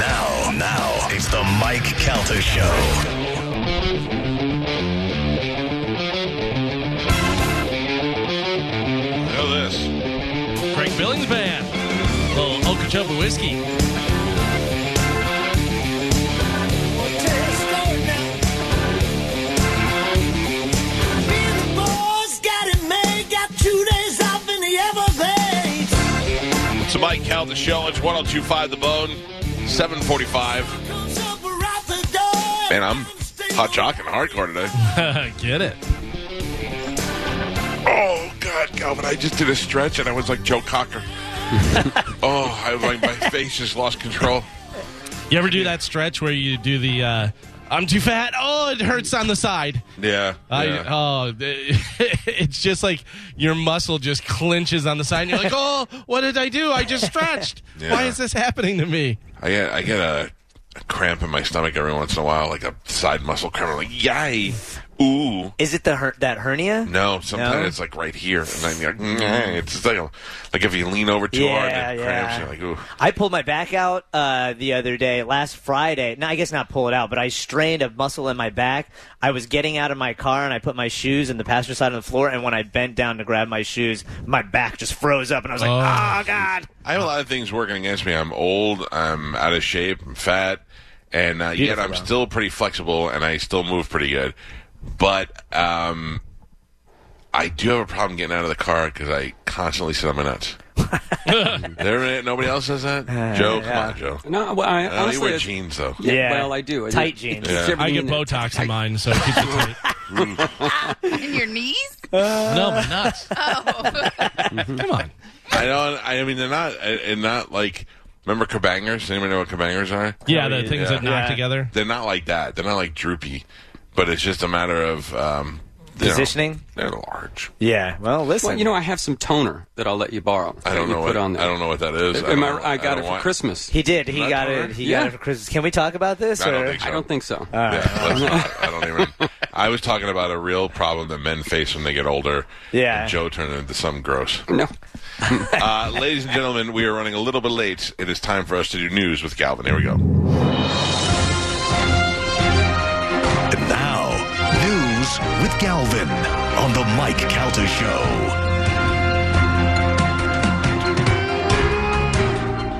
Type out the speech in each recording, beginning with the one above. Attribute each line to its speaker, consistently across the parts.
Speaker 1: Now, now, it's the Mike Calter Show.
Speaker 2: Know this.
Speaker 3: Craig Billings Band. Little Okeechobee whiskey.
Speaker 2: It's the Mike Cal the show. It's 1025 The Bone, 745. Man, I'm hot jocking hardcore today.
Speaker 3: Get it.
Speaker 2: Oh, God, Calvin, I just did a stretch and I was like Joe Cocker. oh, I was like, my face just lost control.
Speaker 3: You ever do that stretch where you do the, uh, I'm too fat. Oh, it hurts on the side.
Speaker 2: Yeah.
Speaker 3: I,
Speaker 2: yeah.
Speaker 3: oh, it's just like your muscle just clinches on the side. And you're like, oh, what did I do? I just stretched.
Speaker 2: Yeah.
Speaker 3: Why is this happening to me?
Speaker 2: I get, I get a, a cramp in my stomach every once in a while, like a side muscle cramp. I'm like, yay. Ooh.
Speaker 4: Is it the her- that hernia?
Speaker 2: No, sometimes
Speaker 4: No?
Speaker 2: it's like right here. And I'm like, "Nyeh." it's just like, a- like if you lean over too hard,
Speaker 4: Yeah,
Speaker 2: it cramps.
Speaker 4: yeah.
Speaker 2: You're like, ooh.
Speaker 4: I pulled my back out uh, the other day, last Friday. No, I guess not pull it out, but I strained a muscle in my back. I was getting out of my car and I put my shoes in the passenger side on the floor. And when I bent down to grab my shoes, my back just froze up, and I was like,
Speaker 3: Oh.
Speaker 4: "Oh, God!"
Speaker 2: I have a lot of things working against me. I'm old. I'm out of shape. I'm fat, and uh, yet
Speaker 4: Beautiful,
Speaker 2: I'm
Speaker 4: though.
Speaker 2: still pretty flexible and I still move pretty good. But um, I do have a problem getting out of the car because I constantly sit on my nuts. there, nobody else says that. Joe, come
Speaker 4: Uh, yeah.
Speaker 2: on, Joe.
Speaker 5: No, well, I,
Speaker 2: Uh,
Speaker 5: honestly,
Speaker 2: you wear
Speaker 5: it's-
Speaker 2: jeans though.
Speaker 5: Yeah,
Speaker 4: Yeah.
Speaker 5: well, I do. I do.
Speaker 4: Tight jeans.
Speaker 5: It keeps
Speaker 2: Yeah.
Speaker 3: I get
Speaker 5: everything in it.
Speaker 3: Botox in mine, so it keeps it tight.
Speaker 6: In your knees? Oh.
Speaker 3: No, my nuts. Come on.
Speaker 2: I don't. I mean, they're not. uh, And not like. Remember kabangers? Anybody know what kabangers are?
Speaker 3: Yeah, the things that knock
Speaker 4: Yeah.
Speaker 3: together.
Speaker 2: They're not like that. They're not like droopy, but it's just a matter of um, you know,
Speaker 4: Positioning?
Speaker 2: they're large.
Speaker 4: Yeah. Well, listen.
Speaker 5: Well, you know, I have some toner that I'll let you borrow.
Speaker 2: I
Speaker 5: that you
Speaker 2: don't know
Speaker 5: Put
Speaker 2: what
Speaker 5: on there.
Speaker 2: I don't know what that is.
Speaker 5: Am
Speaker 2: don't-
Speaker 5: I, I got
Speaker 2: don't
Speaker 5: it for
Speaker 2: want-
Speaker 5: Christmas.
Speaker 4: he did. He
Speaker 2: Not
Speaker 4: got
Speaker 2: toner?
Speaker 4: it. He
Speaker 5: Yeah.
Speaker 4: got it for Christmas. Can we talk about this?
Speaker 2: I don't
Speaker 4: or-
Speaker 2: think so.
Speaker 5: I don't think so.
Speaker 2: Yeah, let's not- I don't even. I was talking about a real problem that men face when they get older.
Speaker 4: Yeah.
Speaker 2: and Joe turned it into something gross.
Speaker 5: no.
Speaker 2: Uh, ladies and gentlemen, we are running a little bit late. It is time for us to do news with Galvin. Here we go.
Speaker 1: And now, news with Galvin on the Mike Calter Show.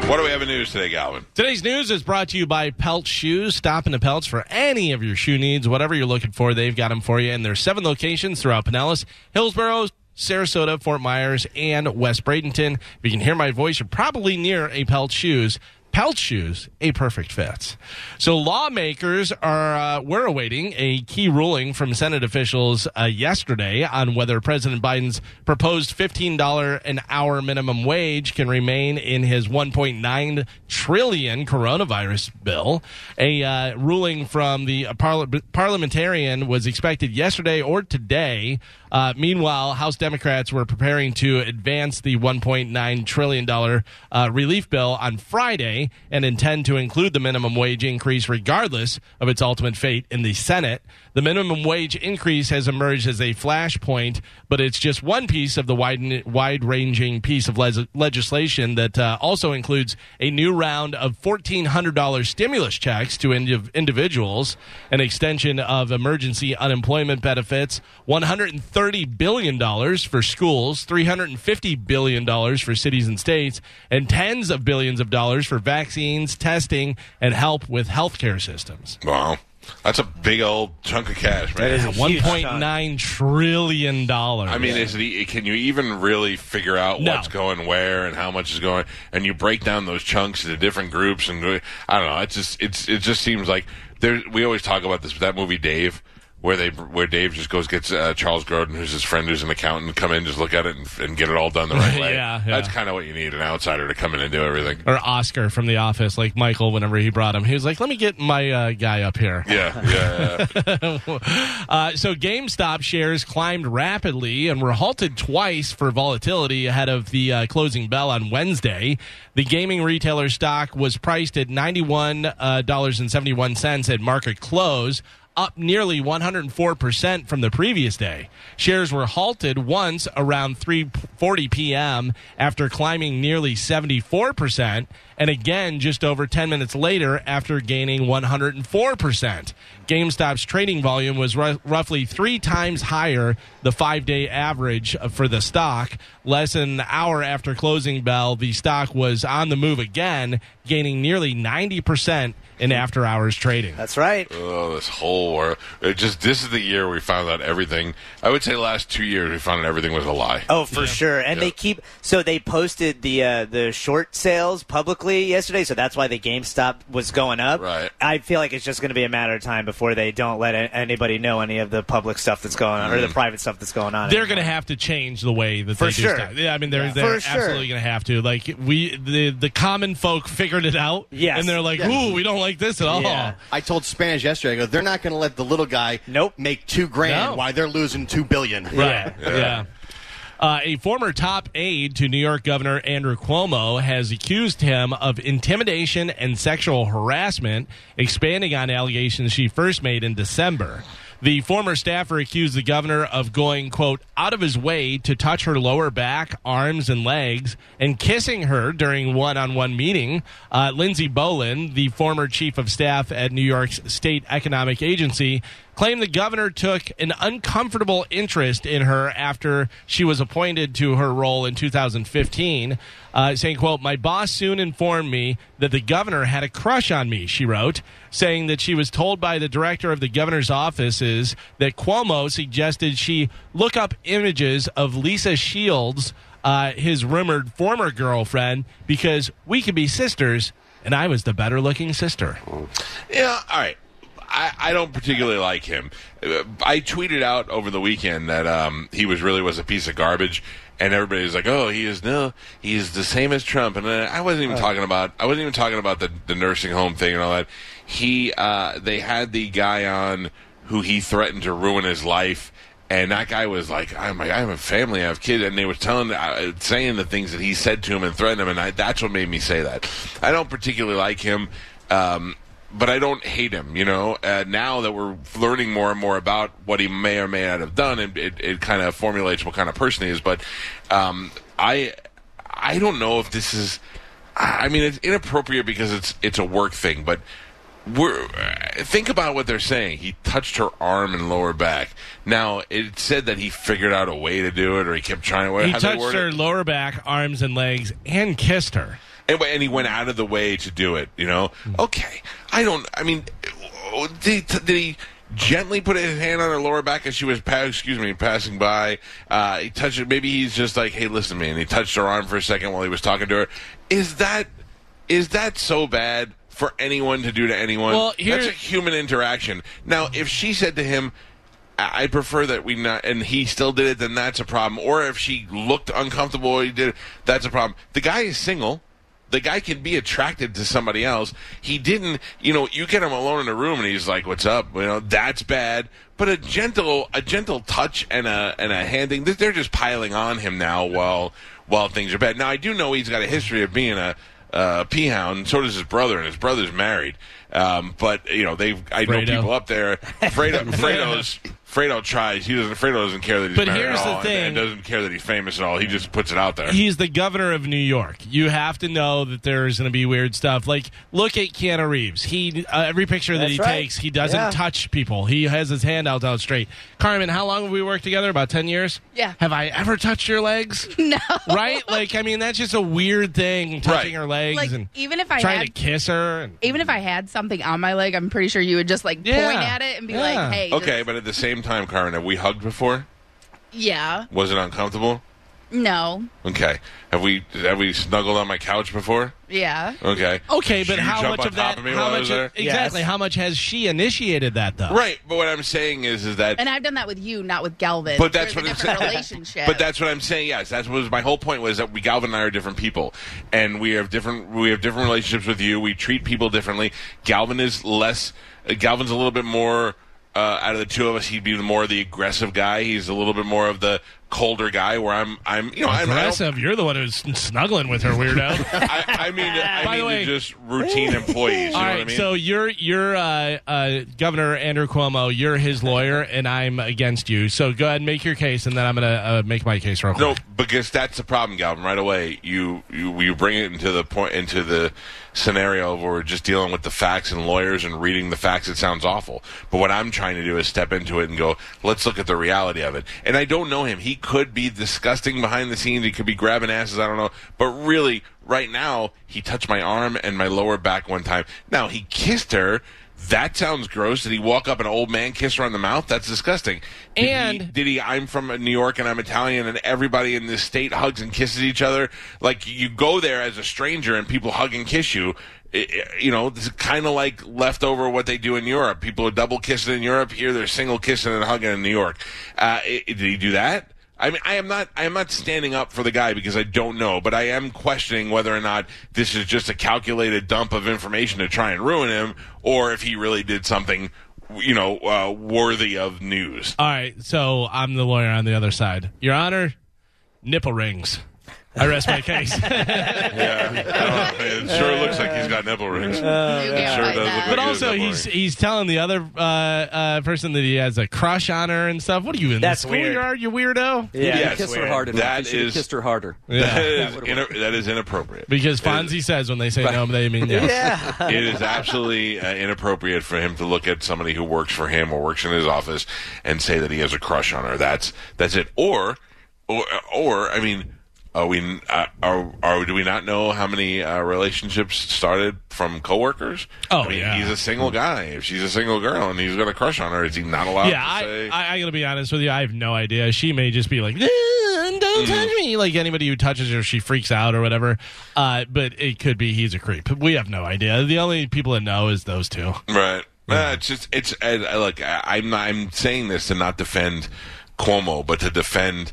Speaker 2: What do we have in news today, Galvin?
Speaker 3: Today's news is brought to you by Pelt Shoes. Stop into Pelts for any of your shoe needs, whatever you're looking for, they've got them for you. And there's seven locations throughout Pinellas, Hillsborough, Sarasota, Fort Myers, and West Bradenton. If you can hear my voice, you're probably near a Pelt Shoes. Pelt shoes, a perfect fit. So lawmakers are uh, were awaiting a key ruling from Senate officials uh, yesterday on whether President Biden's proposed $15 an hour minimum wage can remain in his 1.9 trillion coronavirus bill. A uh, ruling from the uh, parli- parliamentarian was expected yesterday or today. Uh, meanwhile, House Democrats were preparing to advance the 1.9 trillion dollar uh, relief bill on Friday and intend to include the minimum wage increase regardless of its ultimate fate in the Senate. The minimum wage increase has emerged as a flashpoint, but it's just one piece of the wide wide ranging piece of les- legislation that uh, also includes a new round of $1,400 stimulus checks to indiv- individuals, an extension of emergency unemployment benefits, $130 billion for schools, $350 billion for cities and states, and tens of billions of dollars for vaccines, testing, and help with healthcare systems.
Speaker 2: Wow, that's a big old chunk of cash, man.
Speaker 4: is a huge chunk.
Speaker 3: $1.9 trillion.
Speaker 2: I mean, is the, can you even really figure out
Speaker 3: No.
Speaker 2: what's going where and how much is going? And you break down those chunks into different groups, and go- I don't know. It just it's it just seems like there. We always talk about this, but that movie Dave, where they where Dave just goes gets uh, Charles Grodin, who's his friend, who's an accountant, come in, just look at it and, and get it all done the right way.
Speaker 3: Yeah, yeah.
Speaker 2: that's kind of what you need an outsider to come in and do everything.
Speaker 3: or Oscar from The Office, like Michael, whenever he brought him, he was like, let me get my uh, guy up here.
Speaker 2: Yeah, yeah, yeah.
Speaker 3: Uh, so GameStop shares climbed rapidly and were halted twice for volatility ahead of the uh, closing bell on Wednesday. The gaming retailer stock was priced at uh, $91.71 at market close. Up nearly 104% from the previous day. Shares were halted once around 3:40 p.m. after climbing nearly 74% and again just over 10 minutes later after gaining 104%. GameStop's trading volume was ru- roughly three times higher the five day average uh, for the stock. Less than an hour after closing bell, the stock was on the move again, gaining nearly 90% in after hours trading.
Speaker 4: That's right.
Speaker 2: Oh, this whole world. It just this is the year we found out everything. I would say last two years we found out everything was a lie.
Speaker 4: Oh, for sure. And they keep so they posted the uh, the short sales publicly yesterday, so that's why the GameStop was going up.
Speaker 2: Right.
Speaker 4: I feel like it's just going to be a matter of time before they don't let a- anybody know any of the public stuff that's going on or
Speaker 2: Mm-hmm.
Speaker 4: the private stuff that's going on.
Speaker 3: They're going to have to change the way that
Speaker 4: For
Speaker 3: they
Speaker 4: sure.
Speaker 3: do stuff. Yeah, I mean, they're,
Speaker 4: Yeah.
Speaker 3: they're
Speaker 4: For sure.
Speaker 3: absolutely going to have to. Like we, the the common folk figured it out.
Speaker 4: Yes.
Speaker 3: and they're like,
Speaker 7: Yeah.
Speaker 3: "Ooh, we don't like this at all."
Speaker 4: Yeah.
Speaker 7: I told Spanish yesterday. I go, they're not going to let the little guy
Speaker 4: Nope.
Speaker 7: make two grand
Speaker 3: No.
Speaker 7: while they're losing two billion.
Speaker 3: Right. Yeah. Uh, a former top aide to New York Governor Andrew Cuomo has accused him of intimidation and sexual harassment, expanding on allegations she first made in December. The former staffer accused the governor of going, quote, out of his way to touch her lower back, arms, and legs, and kissing her during one on one meeting. Uh, Lindsay Bolin, the former chief of staff at New York's state economic agency, claimed the governor took an uncomfortable interest in her after she was appointed to her role in 2015 uh, saying quote my boss soon informed me that the governor had a crush on me she wrote saying that she was told by the director of the governor's offices that cuomo suggested she look up images of lisa shields uh, his rumored former girlfriend because we could be sisters and i was the better looking sister
Speaker 2: Yeah, all right. I, I don't particularly like him. Uh, I tweeted out over the weekend that um, he was really was a piece of garbage, and everybody was like, "Oh, he is no, he is the same as Trump." And then I wasn't even talking about I wasn't even talking about the, the nursing home thing and all that. He uh, they had the guy on who he threatened to ruin his life, and that guy was like, "I'm like, I have a family, I have kids," and they were telling, uh, saying the things that he said to him and threatened him, and I, that's what made me say that. I don't particularly like him. Um, but I don't hate him, you know. Uh, now that we're learning more and more about what he may or may not have done, and it, it kind of formulates what kind of person he is. But um, I, I don't know if this is. I I mean, it's inappropriate because it's it's a work thing, but we're uh, think about what they're saying. He touched her arm and lower back. Now it said that he figured out a way to do it, or he kept trying to.
Speaker 3: he
Speaker 2: how they
Speaker 3: touched
Speaker 2: word
Speaker 3: her
Speaker 2: it?
Speaker 3: lower back arms and legs and kissed her
Speaker 2: and, and he went out of the way to do it. You know, okay. I don't. I mean, did, he- did he gently put his hand on her lower back as she was pa- excuse me passing by? Uh, he touched her. Maybe he's just like, hey, listen to me, and he touched her arm for a second while he was talking to her. Is that is that so bad? For anyone to do to anyone,
Speaker 3: Well,
Speaker 2: that's
Speaker 3: here-
Speaker 2: a human interaction. Now, if she said to him, I I prefer that we not, and he still did it, then that's a problem. Or if she looked uncomfortable, or he did it, that's a problem. The guy is single. The guy can be attracted to somebody else. He didn't, you know. You get him alone in a room, and he's like, "What's up?" You know, that's bad. But a gentle, a gentle touch and a and a handing. They're just piling on him now while while things are bad. Now I do know he's got a history of being a uh, peahound. So does his brother, and his brother's married. Um, but you know, they have I know
Speaker 3: Fredo.
Speaker 2: people up there. Fredo, Fredo's Fredo tries. He doesn't. Fredo doesn't care that he's
Speaker 3: But
Speaker 2: married
Speaker 3: here's
Speaker 2: at
Speaker 3: the
Speaker 2: all, and-
Speaker 3: thing.
Speaker 2: and, doesn't care that he's famous at all. He just puts it out there.
Speaker 3: he's the governor of New York. You have to know that there's going to be weird stuff. Like, look at Keanu Reeves. He uh, every picture that
Speaker 4: That's
Speaker 3: he
Speaker 4: right.
Speaker 3: takes, he doesn't
Speaker 4: Yeah.
Speaker 3: touch people. He has his hand out out straight. Carmen, how long have we worked together? About ten years.
Speaker 6: Yeah.
Speaker 3: Have I ever touched your legs?
Speaker 6: No.
Speaker 3: right? Like, I mean, that's just a weird thing. Touching
Speaker 2: Right.
Speaker 3: her legs
Speaker 6: Like
Speaker 3: and
Speaker 6: even if I
Speaker 3: trying
Speaker 6: had
Speaker 3: to kiss her. And,
Speaker 6: even if I had something on my leg, I'm pretty sure you would just like
Speaker 3: Yeah.
Speaker 6: point at it and be
Speaker 3: Yeah.
Speaker 6: like, "Hey, this-
Speaker 2: okay, but at the same time, Carmen, have we hugged before?
Speaker 6: yeah,
Speaker 2: Was it uncomfortable?
Speaker 6: no,
Speaker 2: Okay, have we have we snuggled on my couch before?
Speaker 6: yeah."
Speaker 2: Okay,
Speaker 3: okay,
Speaker 2: Did
Speaker 3: but
Speaker 2: you
Speaker 3: how
Speaker 2: jump
Speaker 3: much
Speaker 2: on
Speaker 3: of that?
Speaker 2: top Of me
Speaker 3: how
Speaker 2: while I
Speaker 3: much?
Speaker 2: was
Speaker 3: of-
Speaker 2: there?
Speaker 3: exactly.
Speaker 4: Yes.
Speaker 3: How much has she initiated that though?
Speaker 2: Right, but what I'm saying is, is that
Speaker 6: And I've done that with you, not with Galvin.
Speaker 2: But that's
Speaker 6: There's
Speaker 2: what
Speaker 6: a
Speaker 2: I'm
Speaker 6: different
Speaker 2: saying.
Speaker 6: Relationship.
Speaker 2: But that's what I'm saying. Yes, that's what was my whole point was that we Galvin and I are different people, and we have different we have different relationships with you. We treat people differently. Galvin is less. uh, Galvin's a little bit more uh, out of the two of us. He'd be the more the aggressive guy. He's a little bit more of the colder guy where I'm I'm you know I'm I, don't-
Speaker 3: Aggressive. You're the one who's snuggling with her weirdo.
Speaker 2: I, I mean I
Speaker 3: By the
Speaker 2: mean
Speaker 3: way-
Speaker 2: just routine employees. You
Speaker 3: All
Speaker 2: know
Speaker 3: right,
Speaker 2: what I mean?
Speaker 3: so you're you're uh, uh, Governor Andrew Cuomo. You're his lawyer, and I'm against you. So go ahead and make your case, and then I'm gonna uh, make my case real quick.
Speaker 2: No, because that's the problem, Galvin. Right away, you, you you bring it into the point into the scenario where we're just dealing with the facts and lawyers and reading the facts. It sounds awful, but what I'm trying to do is step into it and go, let's look at the reality of it. And I don't know him. He could be disgusting behind the scenes. He could be grabbing asses. I don't know. But really, right now, he touched my arm and my lower back one time. Now he kissed her. That sounds gross. Did he walk up an old man kiss her on the mouth? That's disgusting. Did he-
Speaker 3: And-
Speaker 2: did he i'm from new york and i'm italian and everybody in this state hugs and kisses each other like you go there as a stranger and people hug and kiss you I- I- you know this is kind of like leftover what they do in europe people are double kissing in europe here they're single kissing and hugging in new york uh, i- did he do that I mean, I am not. I am not standing up for the guy because I don't know, but I am questioning whether or not this is just a calculated dump of information to try and ruin him, or if he really did something, you know, uh, worthy of news.
Speaker 3: All right, so I'm the lawyer on the other side. Your Honor, nipple rings. I rest my case.
Speaker 2: Yeah, I don't know. Oh, it sure looks like he's got nipple rings.
Speaker 6: You can't
Speaker 2: sure
Speaker 6: fight
Speaker 2: does look
Speaker 6: that.
Speaker 2: like
Speaker 3: but also, he's he's telling the other uh, uh, person that he has a crush on her and stuff. What are you in
Speaker 4: That's
Speaker 3: the
Speaker 4: weird.
Speaker 3: schoolyard, you weirdo?
Speaker 4: Yeah,
Speaker 2: Yes.
Speaker 4: that's
Speaker 5: Kiss her
Speaker 4: weird.
Speaker 5: hard enough.
Speaker 2: That
Speaker 5: You should've
Speaker 2: is-
Speaker 5: kissed her harder.
Speaker 2: that,
Speaker 3: Yeah.
Speaker 2: is inter- that is inappropriate.
Speaker 3: Because
Speaker 2: Uh,
Speaker 3: Fonzie says when they say no, they mean yes.
Speaker 2: it is absolutely uh, inappropriate for him to look at somebody who works for him or works in his office and say that he has a crush on her. That's that's it. Or, or, or I mean, are we uh, are, are do we not know how many uh, relationships started from coworkers?
Speaker 3: Oh,
Speaker 2: I mean,
Speaker 3: yeah.
Speaker 2: he's a single guy. If she's a single girl and he's got a crush on her, is he not allowed?
Speaker 3: Yeah,
Speaker 2: to
Speaker 3: I,
Speaker 2: say?
Speaker 3: I, I gotta be honest with you. I have no idea. She may just be like, "Ah,
Speaker 2: Mm-hmm.
Speaker 3: "Don't touch me!" Like anybody who touches her, she freaks out or whatever. Uh, but it could be he's a creep. We have no idea. The only people that know is those two.
Speaker 2: Right.
Speaker 3: Mm-hmm.
Speaker 2: Nah, it's just it's I, I, look. I, I'm not. I'm saying this to not defend Cuomo, but to defend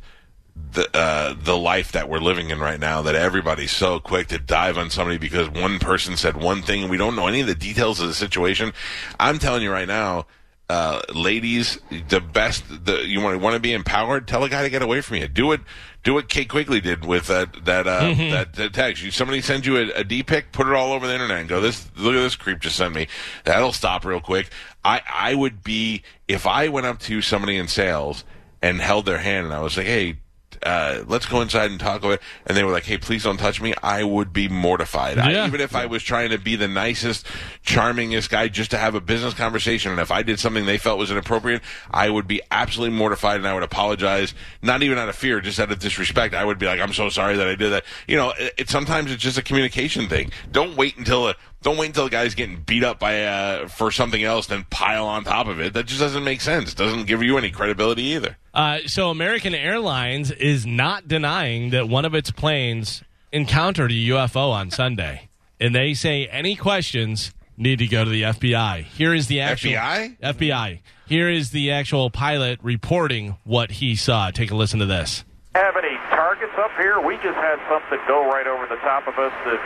Speaker 2: the uh, the life that we're living in right now. That everybody's so quick to dive on somebody because one person said one thing, and we don't know any of the details of the situation. I'm telling you right now. Uh, ladies, the best. The you want to want to be empowered. Tell a guy to get away from you. Do it. Do what Kate Quigley did with that that uh, that, that text. You, somebody sends you a, a D pic, put it all over the internet, and go. This look at this creep just sent me. That'll stop real quick. I I would be if I went up to somebody in sales and held their hand and I was like, hey. Uh, let's go inside and talk about it. And they were like, "Hey, please don't touch me." I would be mortified,
Speaker 3: Yeah.
Speaker 2: I, even if I was trying to be the nicest, charmingest guy, just to have a business conversation. And if I did something they felt was inappropriate, I would be absolutely mortified, and I would apologize. Not even out of fear, just out of disrespect. I would be like, "I'm so sorry that I did that." You know, it, it sometimes it's just a communication thing. Don't wait until a don't wait until the guy's getting beat up by uh, for something else, then pile on top of it. That just doesn't make sense. Doesn't give you any credibility either.
Speaker 3: Uh, so American Airlines is not denying that one of its planes encountered a UFO on Sunday, and they say any questions need to go to the FBI. Here is the actual
Speaker 2: FBI?
Speaker 3: FBI. Here is the actual pilot reporting what he saw. Take a listen to this.
Speaker 8: have any targets up here. We just had something go right over the top of us that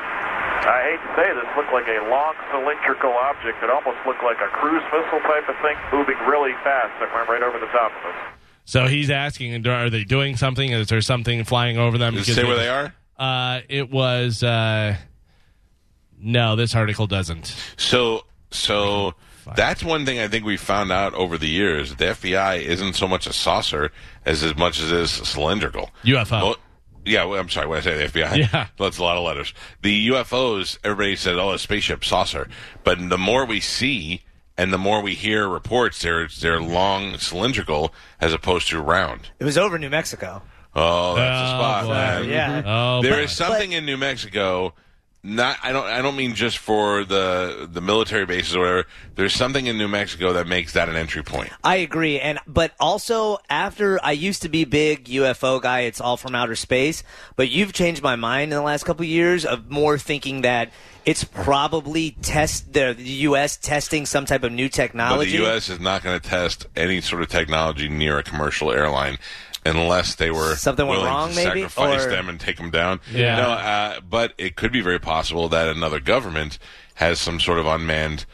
Speaker 8: I hate to say this looked like a long cylindrical object. It almost looked like a cruise missile type of thing moving really fast that went right over the top of us.
Speaker 3: So he's asking, are they doing something? Is there something flying over them?
Speaker 2: Does it
Speaker 3: Because
Speaker 2: say where they are?
Speaker 3: Uh, it was. Uh, no, this article doesn't.
Speaker 2: So, so that's one thing I think we found out over the years. The FBI isn't so much a saucer as as much as it is cylindrical.
Speaker 3: UFO.
Speaker 2: Mo- yeah, well, I'm sorry. When I say the FBI,
Speaker 3: Yeah.
Speaker 2: that's a lot of letters. The UFOs, everybody said, "Oh, a spaceship saucer," but the more we see and the more we hear reports, they're they're long, cylindrical, as opposed to round.
Speaker 4: It was over New Mexico.
Speaker 2: Oh, that's a
Speaker 3: Oh,
Speaker 2: spot.
Speaker 3: boy.
Speaker 2: man.
Speaker 4: Yeah.
Speaker 3: Oh,
Speaker 2: There
Speaker 3: boy.
Speaker 2: is something in New Mexico. Not I don't I don't mean just for the the military bases or whatever. There's something in New Mexico that makes that an entry point.
Speaker 4: I agree, and but also after I used to be big UFO guy. It's all from outer space, but you've changed my mind in the last couple of years of more thinking that it's probably test the U.S. testing some type of new
Speaker 2: But
Speaker 4: technology.
Speaker 2: the U.S. is not going to test any sort of technology near a commercial airline unless they were
Speaker 4: Something went
Speaker 2: willing
Speaker 4: wrong,
Speaker 2: to
Speaker 4: maybe?
Speaker 2: sacrifice
Speaker 4: Or-
Speaker 2: them and take them down.
Speaker 3: Yeah.
Speaker 2: No, uh, but it could be very possible that another government has some sort of unmanned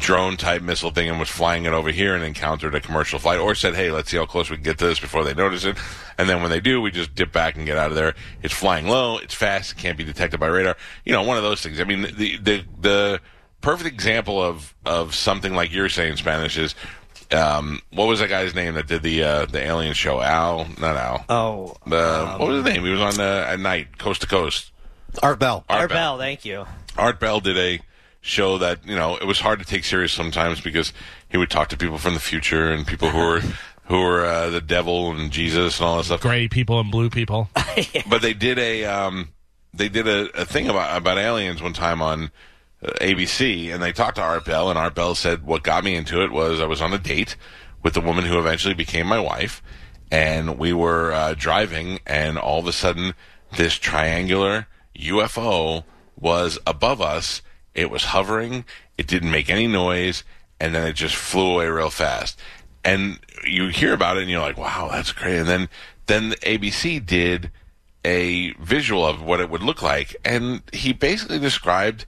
Speaker 2: drone type missile thing and was flying it over here and encountered a commercial flight or said, hey, let's see how close we can get to this before they notice it. And then when they do, we just dip back and get out of there. It's flying low, it's fast, it can't be detected by radar. You know, one of those things. I mean, the, the, the perfect example of, of something like you're saying, Spanish, is um, what was that guy's name that did the uh, the alien show? Al, not Al.
Speaker 4: Oh,
Speaker 2: Uh, what was his name? He was on uh, at night, coast to coast.
Speaker 7: Art Bell.
Speaker 2: Art
Speaker 4: Art
Speaker 2: Bell.
Speaker 4: Bell, thank you.
Speaker 2: Art Bell did a show that you know it was hard to take serious sometimes because he would talk to people from the future and people who were who were uh, the devil and Jesus and all that stuff.
Speaker 3: Gray people and blue people.
Speaker 2: But they did a um, they did a, a thing about about aliens one time on uh, ABC, and they talked to Art Bell, and Art Bell said what got me into it was I was on a date with the woman who eventually became my wife, and we were uh, driving, and all of a sudden this triangular UFO was above us. It was hovering. It didn't make any noise, and then it just flew away real fast. And you hear about it, and you're like, "Wow, that's crazy." And then then ABC did a visual of what it would look like, and he basically described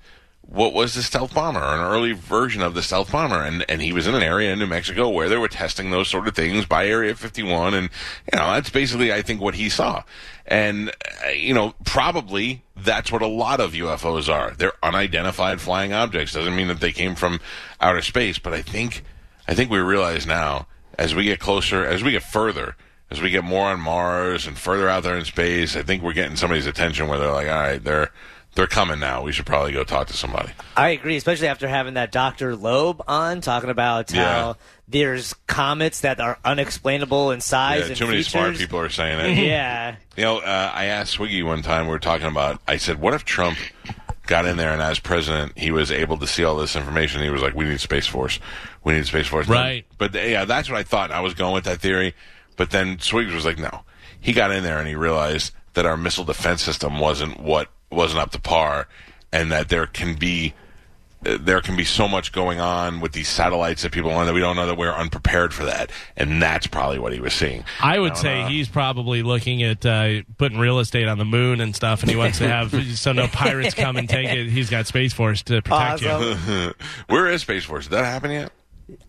Speaker 2: what was the stealth bomber, an early version of the stealth bomber, and and he was in an area in New Mexico where they were testing those sort of things by Area 51, and you know that's basically I think what he saw, and uh, you know probably that's what a lot of UFOs are. They're unidentified flying objects. Doesn't mean that they came from outer space, but I think I think we realize now as we get closer, as we get further, as we get more on Mars and further out there in space, I think we're getting somebody's attention where they're like, all right, they're they're coming now. We should probably go talk to somebody.
Speaker 4: I agree, especially after having that Dr. Loeb on talking about
Speaker 2: Yeah.
Speaker 4: how there's comets that are unexplainable in size.
Speaker 2: Yeah,
Speaker 4: and
Speaker 2: too many smart
Speaker 4: features.
Speaker 2: people are saying it.
Speaker 4: Yeah.
Speaker 2: You know, uh, I asked Swiggy one time, we were talking about, I said, what if Trump got in there and as president, he was able to see all this information? He was like, we need Space Force. We need Space Force.
Speaker 3: Right.
Speaker 2: But yeah, that's what I thought. I was going with that theory. But then Swiggy was like, no. He got in there and he realized that our missile defense system wasn't what, wasn't up to par and that there can be there can be so much going on with these satellites that people want that we don't know that we're unprepared for that, and that's probably what he was seeing.
Speaker 3: I would say he's probably looking at uh, putting real estate on the moon and stuff, and he wants to have so no pirates come and take it. He's got Space Force to protect you.
Speaker 4: Awesome.
Speaker 2: Where is Space Force? Did that happen yet?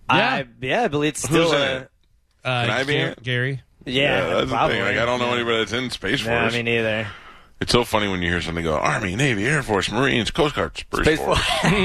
Speaker 4: I, yeah, I believe it's still
Speaker 2: Who's in
Speaker 4: a.
Speaker 2: it? Can I be
Speaker 3: Gar-
Speaker 2: in?
Speaker 3: Uh, Gary?
Speaker 4: Yeah,
Speaker 2: that's
Speaker 4: probably.
Speaker 2: the thing. Like, I don't know anybody that's in Space Force.
Speaker 4: No, me neither.
Speaker 2: it's so funny when you hear something go Army, Navy, Air Force, Marines, Coast Guard, Space, Force.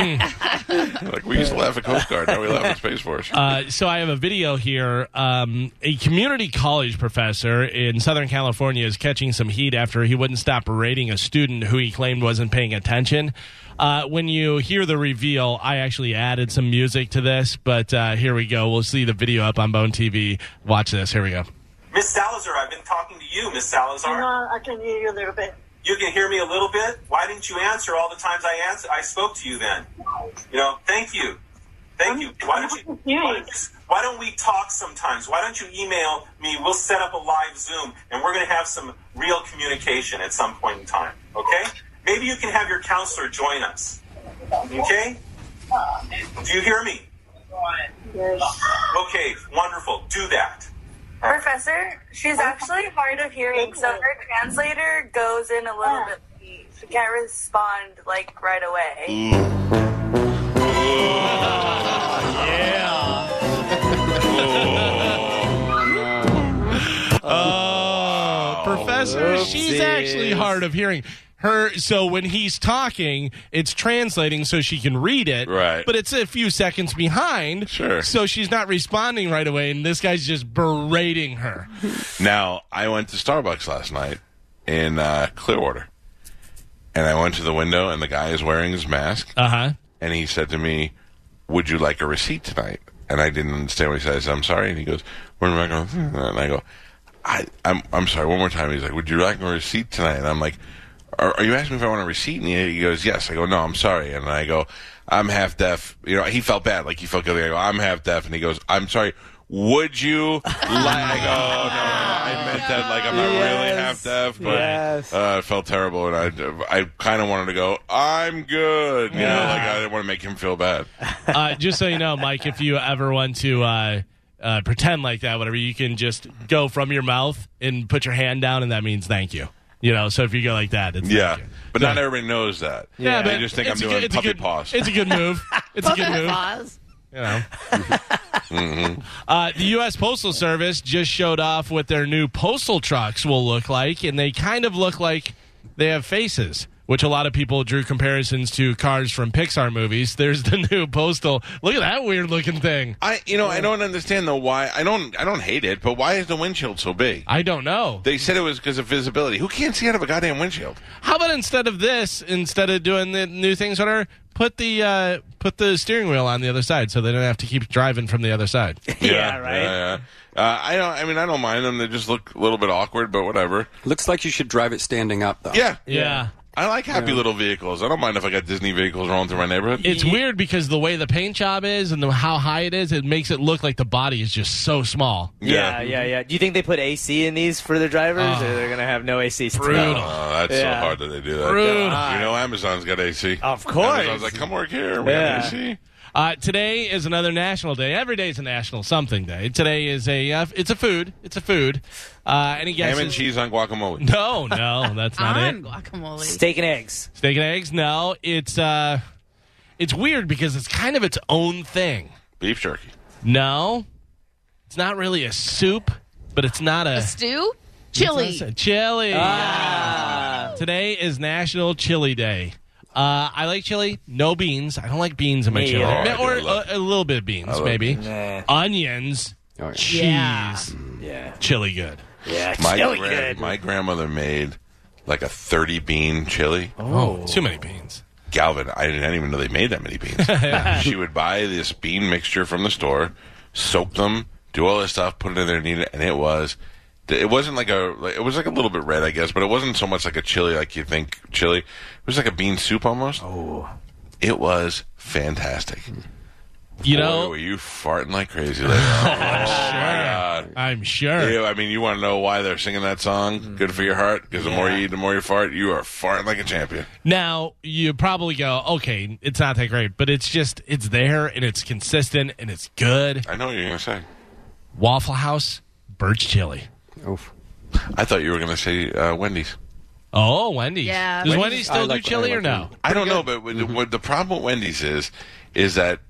Speaker 2: like we used to laugh at Coast Guard, now we laugh at Space Force.
Speaker 3: Uh, so I have a video here. Um, a community college professor in Southern California is catching some heat after he wouldn't stop berating a student who he claimed wasn't paying attention. Uh, when you hear the reveal, I actually added some music to this, but uh, here we go. We'll see the video up on Bone TV. Watch this. Here we go.
Speaker 9: Miss Salazar, I've been talking to you, Miss Salazar.
Speaker 10: I can hear you a little bit.
Speaker 9: You can hear me a little bit. Why didn't you answer all the times I answer? I spoke to you then. You know, thank you, thank you. Why don't you? Why don't, you- why don't we talk sometimes? Why don't you email me? We'll set up a live Zoom, and we're going to have some real communication at some point in time. Okay? Maybe you can have your counselor join us. Okay? Do you hear me? Okay, wonderful. Do that.
Speaker 10: Professor, she's actually hard of hearing, so her translator goes in a little bit. late. She can't respond like right away.
Speaker 3: professor.
Speaker 2: Oh,
Speaker 3: She's actually hard of hearing. Her so when he's talking, it's translating so she can read it.
Speaker 2: Right.
Speaker 3: But it's a few seconds behind.
Speaker 2: Sure.
Speaker 3: So she's not responding right away, and this guy's just berating her.
Speaker 2: Now, I went to Starbucks last night in uh, Clearwater, and I went to the window, and the guy is wearing his mask,
Speaker 3: Uh huh.
Speaker 2: and he said to me, "Would you like a receipt tonight?" And I didn't understand what he said. I said, "I'm sorry." And he goes, "Where am I going?" And I go, I, "I'm I'm sorry." One more time, he's like, "Would you like a receipt tonight?" And I'm like, "Are, are you asking me if I want a receipt?" And he, he goes, "Yes." I go, "No, I'm sorry." And I go, "I'm half deaf." You know, he felt bad, like he felt guilty. I go, "I'm half deaf," and he goes, "I'm sorry." Would you like? I go, "Oh, no, no, no, I meant that like I'm not really half deaf, but
Speaker 4: Yes.
Speaker 2: uh, it felt terrible, and I, I kind of wanted to go. I'm good, you know, like I didn't want to make him feel bad.
Speaker 3: Uh, just so you know, Mike, if you ever want to uh, uh, pretend like that, whatever, you can just go from your mouth and put your hand down, and that means thank you. You know, so if you go like that, it's
Speaker 2: Yeah,
Speaker 3: like-
Speaker 2: but not everybody knows that.
Speaker 3: yeah,
Speaker 2: they
Speaker 3: but
Speaker 2: just think I'm
Speaker 3: it's a
Speaker 2: doing
Speaker 3: good- it's a
Speaker 2: puppy
Speaker 3: good-
Speaker 2: paws.
Speaker 3: It's a good move. It's a good move.
Speaker 6: Pause.
Speaker 3: You know. uh, the U.S. Postal Service just showed off what their new postal trucks will look like, and they kind of look like they have faces, which a lot of people drew comparisons to cars from Pixar movies. There's the new postal. Look at that weird looking thing.
Speaker 2: I, you know, I don't understand though why I don't, I don't hate it, but why is the windshield so big?
Speaker 3: I don't know.
Speaker 2: They said it was because of visibility. Who can't see out of a goddamn windshield?
Speaker 3: How about instead of this, instead of doing the new things, whatever, put the uh, put the steering wheel on the other side, so they don't have to keep driving from the other side.
Speaker 4: Yeah, right.
Speaker 2: yeah. Uh, I don't. I mean, I don't mind them. They just look a little bit awkward, but whatever.
Speaker 5: Looks like you should drive it standing up, though.
Speaker 2: Yeah,
Speaker 3: yeah.
Speaker 2: I like happy little vehicles. I don't mind if I got Disney vehicles rolling through my neighborhood.
Speaker 3: It's weird because the way the paint job is and the, how high it is, it makes it look like the body is just so small.
Speaker 2: yeah.
Speaker 4: Yeah, yeah, yeah. Do you think they put AC in these for the drivers, or they're gonna have no AC? still?
Speaker 3: Brutal.
Speaker 2: Oh, that's
Speaker 4: Yeah.
Speaker 2: so hard that they do that.
Speaker 3: Brutal.
Speaker 2: You know, Amazon's got AC.
Speaker 4: Of course.
Speaker 2: Amazon's like, come work here. We
Speaker 4: Yeah.
Speaker 2: have AC.
Speaker 3: Uh, today is another national day. Every day is a national something day. Today is a uh, it's a food. It's a food. Uh, any guesses?
Speaker 2: Ham and cheese on guacamole.
Speaker 3: No, no, that's not
Speaker 6: On
Speaker 3: it.
Speaker 6: guacamole.
Speaker 4: Steak and eggs.
Speaker 3: Steak and eggs. No, it's uh, it's weird because it's kind of its own thing.
Speaker 2: Beef jerky.
Speaker 3: No, it's not really a soup, but it's not a,
Speaker 6: A stew? Chili.
Speaker 3: It's not a- Chili.
Speaker 2: Ah.
Speaker 3: Today is National Chili Day. Uh, I like chili. No beans. I don't like beans in my
Speaker 4: Me
Speaker 3: chili,
Speaker 2: either. Oh, I
Speaker 3: or
Speaker 2: do love-
Speaker 3: a, a little bit of beans,
Speaker 2: love-
Speaker 3: maybe.
Speaker 4: Nah.
Speaker 3: Onions,
Speaker 5: Oh, yeah.
Speaker 3: cheese,
Speaker 6: Yeah.
Speaker 4: Yeah,
Speaker 3: chili good.
Speaker 4: yeah. It's
Speaker 2: My,
Speaker 4: really
Speaker 2: gran-
Speaker 4: good.
Speaker 2: my grandmother made like a 30 bean chili.
Speaker 3: Oh, too many beans.
Speaker 2: Galvin, I didn't, I didn't even know they made that many beans. She would buy this bean mixture from the store, soak them, do all this stuff, put it in there, knead it, and it was. It wasn't like a. like- It was like a little bit red, I guess, but it wasn't so much like a chili like you think chili. It was like a bean soup almost. Oh, it was fantastic.
Speaker 3: You
Speaker 2: Boy, were
Speaker 3: know,
Speaker 2: you farting like crazy? Later. on.
Speaker 3: I'm sure.
Speaker 2: Ew, I mean, you want to know why they're singing that song? Good for your heart, because the more you eat, the more you fart. You are farting like a champion.
Speaker 3: Now you probably go, okay, it's not that great, but it's just it's there and it's consistent and it's good.
Speaker 2: I know what you're gonna say.
Speaker 3: Waffle House birch chili.
Speaker 5: Oof.
Speaker 2: I thought you were gonna say uh, Wendy's.
Speaker 3: Oh, Wendy's.
Speaker 6: Yeah.
Speaker 3: Does Wendy's
Speaker 5: Wendy's, I
Speaker 3: still
Speaker 5: like-
Speaker 3: do chili
Speaker 5: I like
Speaker 3: or no?
Speaker 5: Wendy's.
Speaker 2: I don't know, but what,
Speaker 3: Mm-hmm.
Speaker 2: what the problem with Wendy's is, is that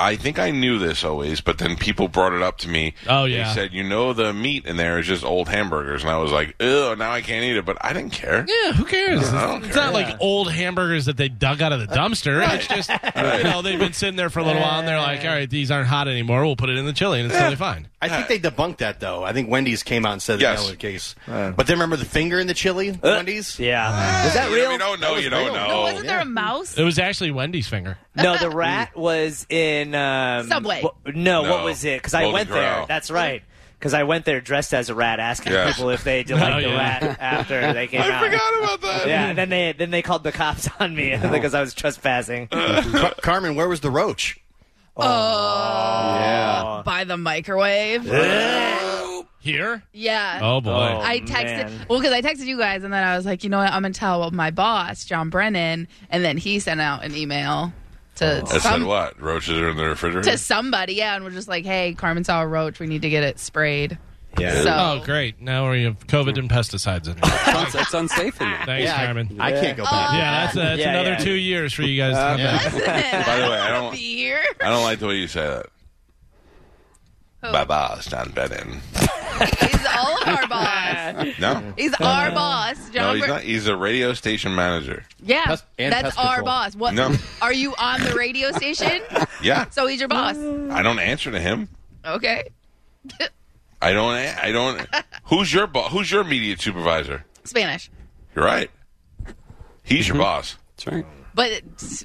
Speaker 2: I think I knew this always, but then people brought it up to me.
Speaker 3: Oh,
Speaker 2: They
Speaker 3: yeah.
Speaker 2: said, you know, the meat in there is just old hamburgers, and I was like, oh, now I can't eat it, but I didn't care.
Speaker 3: Yeah, who cares?
Speaker 2: I don't
Speaker 3: it's
Speaker 2: care.
Speaker 3: not like old hamburgers that they dug out of the dumpster. It's just you know they've been sitting there for a little while and they're like, all right, these aren't hot anymore. We'll put it in the chili and it's totally fine.
Speaker 7: I think they debunked that though. I think Wendy's came out and said
Speaker 2: Yes.
Speaker 7: that was the case. but then remember the finger in the chili, Wendy's.
Speaker 4: Uh, yeah. Was that
Speaker 2: You know,
Speaker 4: real?
Speaker 2: you don't know. Oh, You don't
Speaker 7: real.
Speaker 2: know.
Speaker 6: No, wasn't there a mouse?
Speaker 3: It was actually Wendy's finger.
Speaker 4: No, the rat was in um,
Speaker 6: Subway.
Speaker 4: wh- no,
Speaker 2: No.
Speaker 4: what was it? Because I
Speaker 2: Golden
Speaker 4: went
Speaker 2: Corral.
Speaker 4: there. That's right. Because I went there dressed as a rat, asking
Speaker 2: Yes.
Speaker 4: people if they liked
Speaker 3: Oh,
Speaker 4: the
Speaker 3: yeah.
Speaker 4: rat after they came
Speaker 2: I
Speaker 4: out.
Speaker 2: forgot about that.
Speaker 4: Yeah, and then they then they called the cops on me because I was trespassing.
Speaker 7: Car- Carmen, where was the roach?
Speaker 6: By the microwave?
Speaker 3: Here?
Speaker 6: Yeah.
Speaker 3: Oh boy.
Speaker 4: Oh.
Speaker 6: I texted
Speaker 4: man.
Speaker 6: well because I texted you guys and then I was like, you know what? I'm gonna tell my boss John Brennan, and then he sent out an email to
Speaker 2: I said
Speaker 6: some,
Speaker 2: what? Roaches are in the refrigerator.
Speaker 6: to somebody, yeah, and we're just like, hey, Carmen saw a roach. We need to get it sprayed.
Speaker 7: Yeah.
Speaker 6: So
Speaker 3: Oh great! Now we have COVID and pesticides in there.
Speaker 5: It's, uns- it's unsafe in there.
Speaker 3: Thanks,
Speaker 7: Yeah, I-
Speaker 3: Carmen.
Speaker 7: I can't go back.
Speaker 3: yeah, Ah. that's, that's
Speaker 4: Uh, Yeah,
Speaker 3: another
Speaker 4: yeah. Uh,
Speaker 3: two years for you guys. to come back.
Speaker 6: listen,
Speaker 2: By
Speaker 6: I
Speaker 2: the way, I
Speaker 6: don't wanna
Speaker 2: don't.
Speaker 6: be here.
Speaker 2: I don't like the way you say that. Bye bye, Stan Bennett.
Speaker 6: He's all of our boss.
Speaker 2: No.
Speaker 6: He's our boss,
Speaker 2: No,
Speaker 6: John.
Speaker 2: he's
Speaker 6: Bren-
Speaker 2: not. He's a radio station manager.
Speaker 6: Yeah,
Speaker 7: Pest- and
Speaker 6: that's
Speaker 7: pest
Speaker 6: our
Speaker 7: control.
Speaker 6: boss. What?
Speaker 2: No.
Speaker 6: Are you on the radio station?
Speaker 2: Yeah.
Speaker 6: so he's your boss.
Speaker 4: Mm.
Speaker 2: I don't answer to him.
Speaker 6: Okay.
Speaker 2: I don't. I don't. Who's your boss? Who's your immediate supervisor?
Speaker 6: Spanish,
Speaker 2: You're right. He's
Speaker 4: Mm-hmm.
Speaker 2: your boss.
Speaker 5: That's right.
Speaker 6: but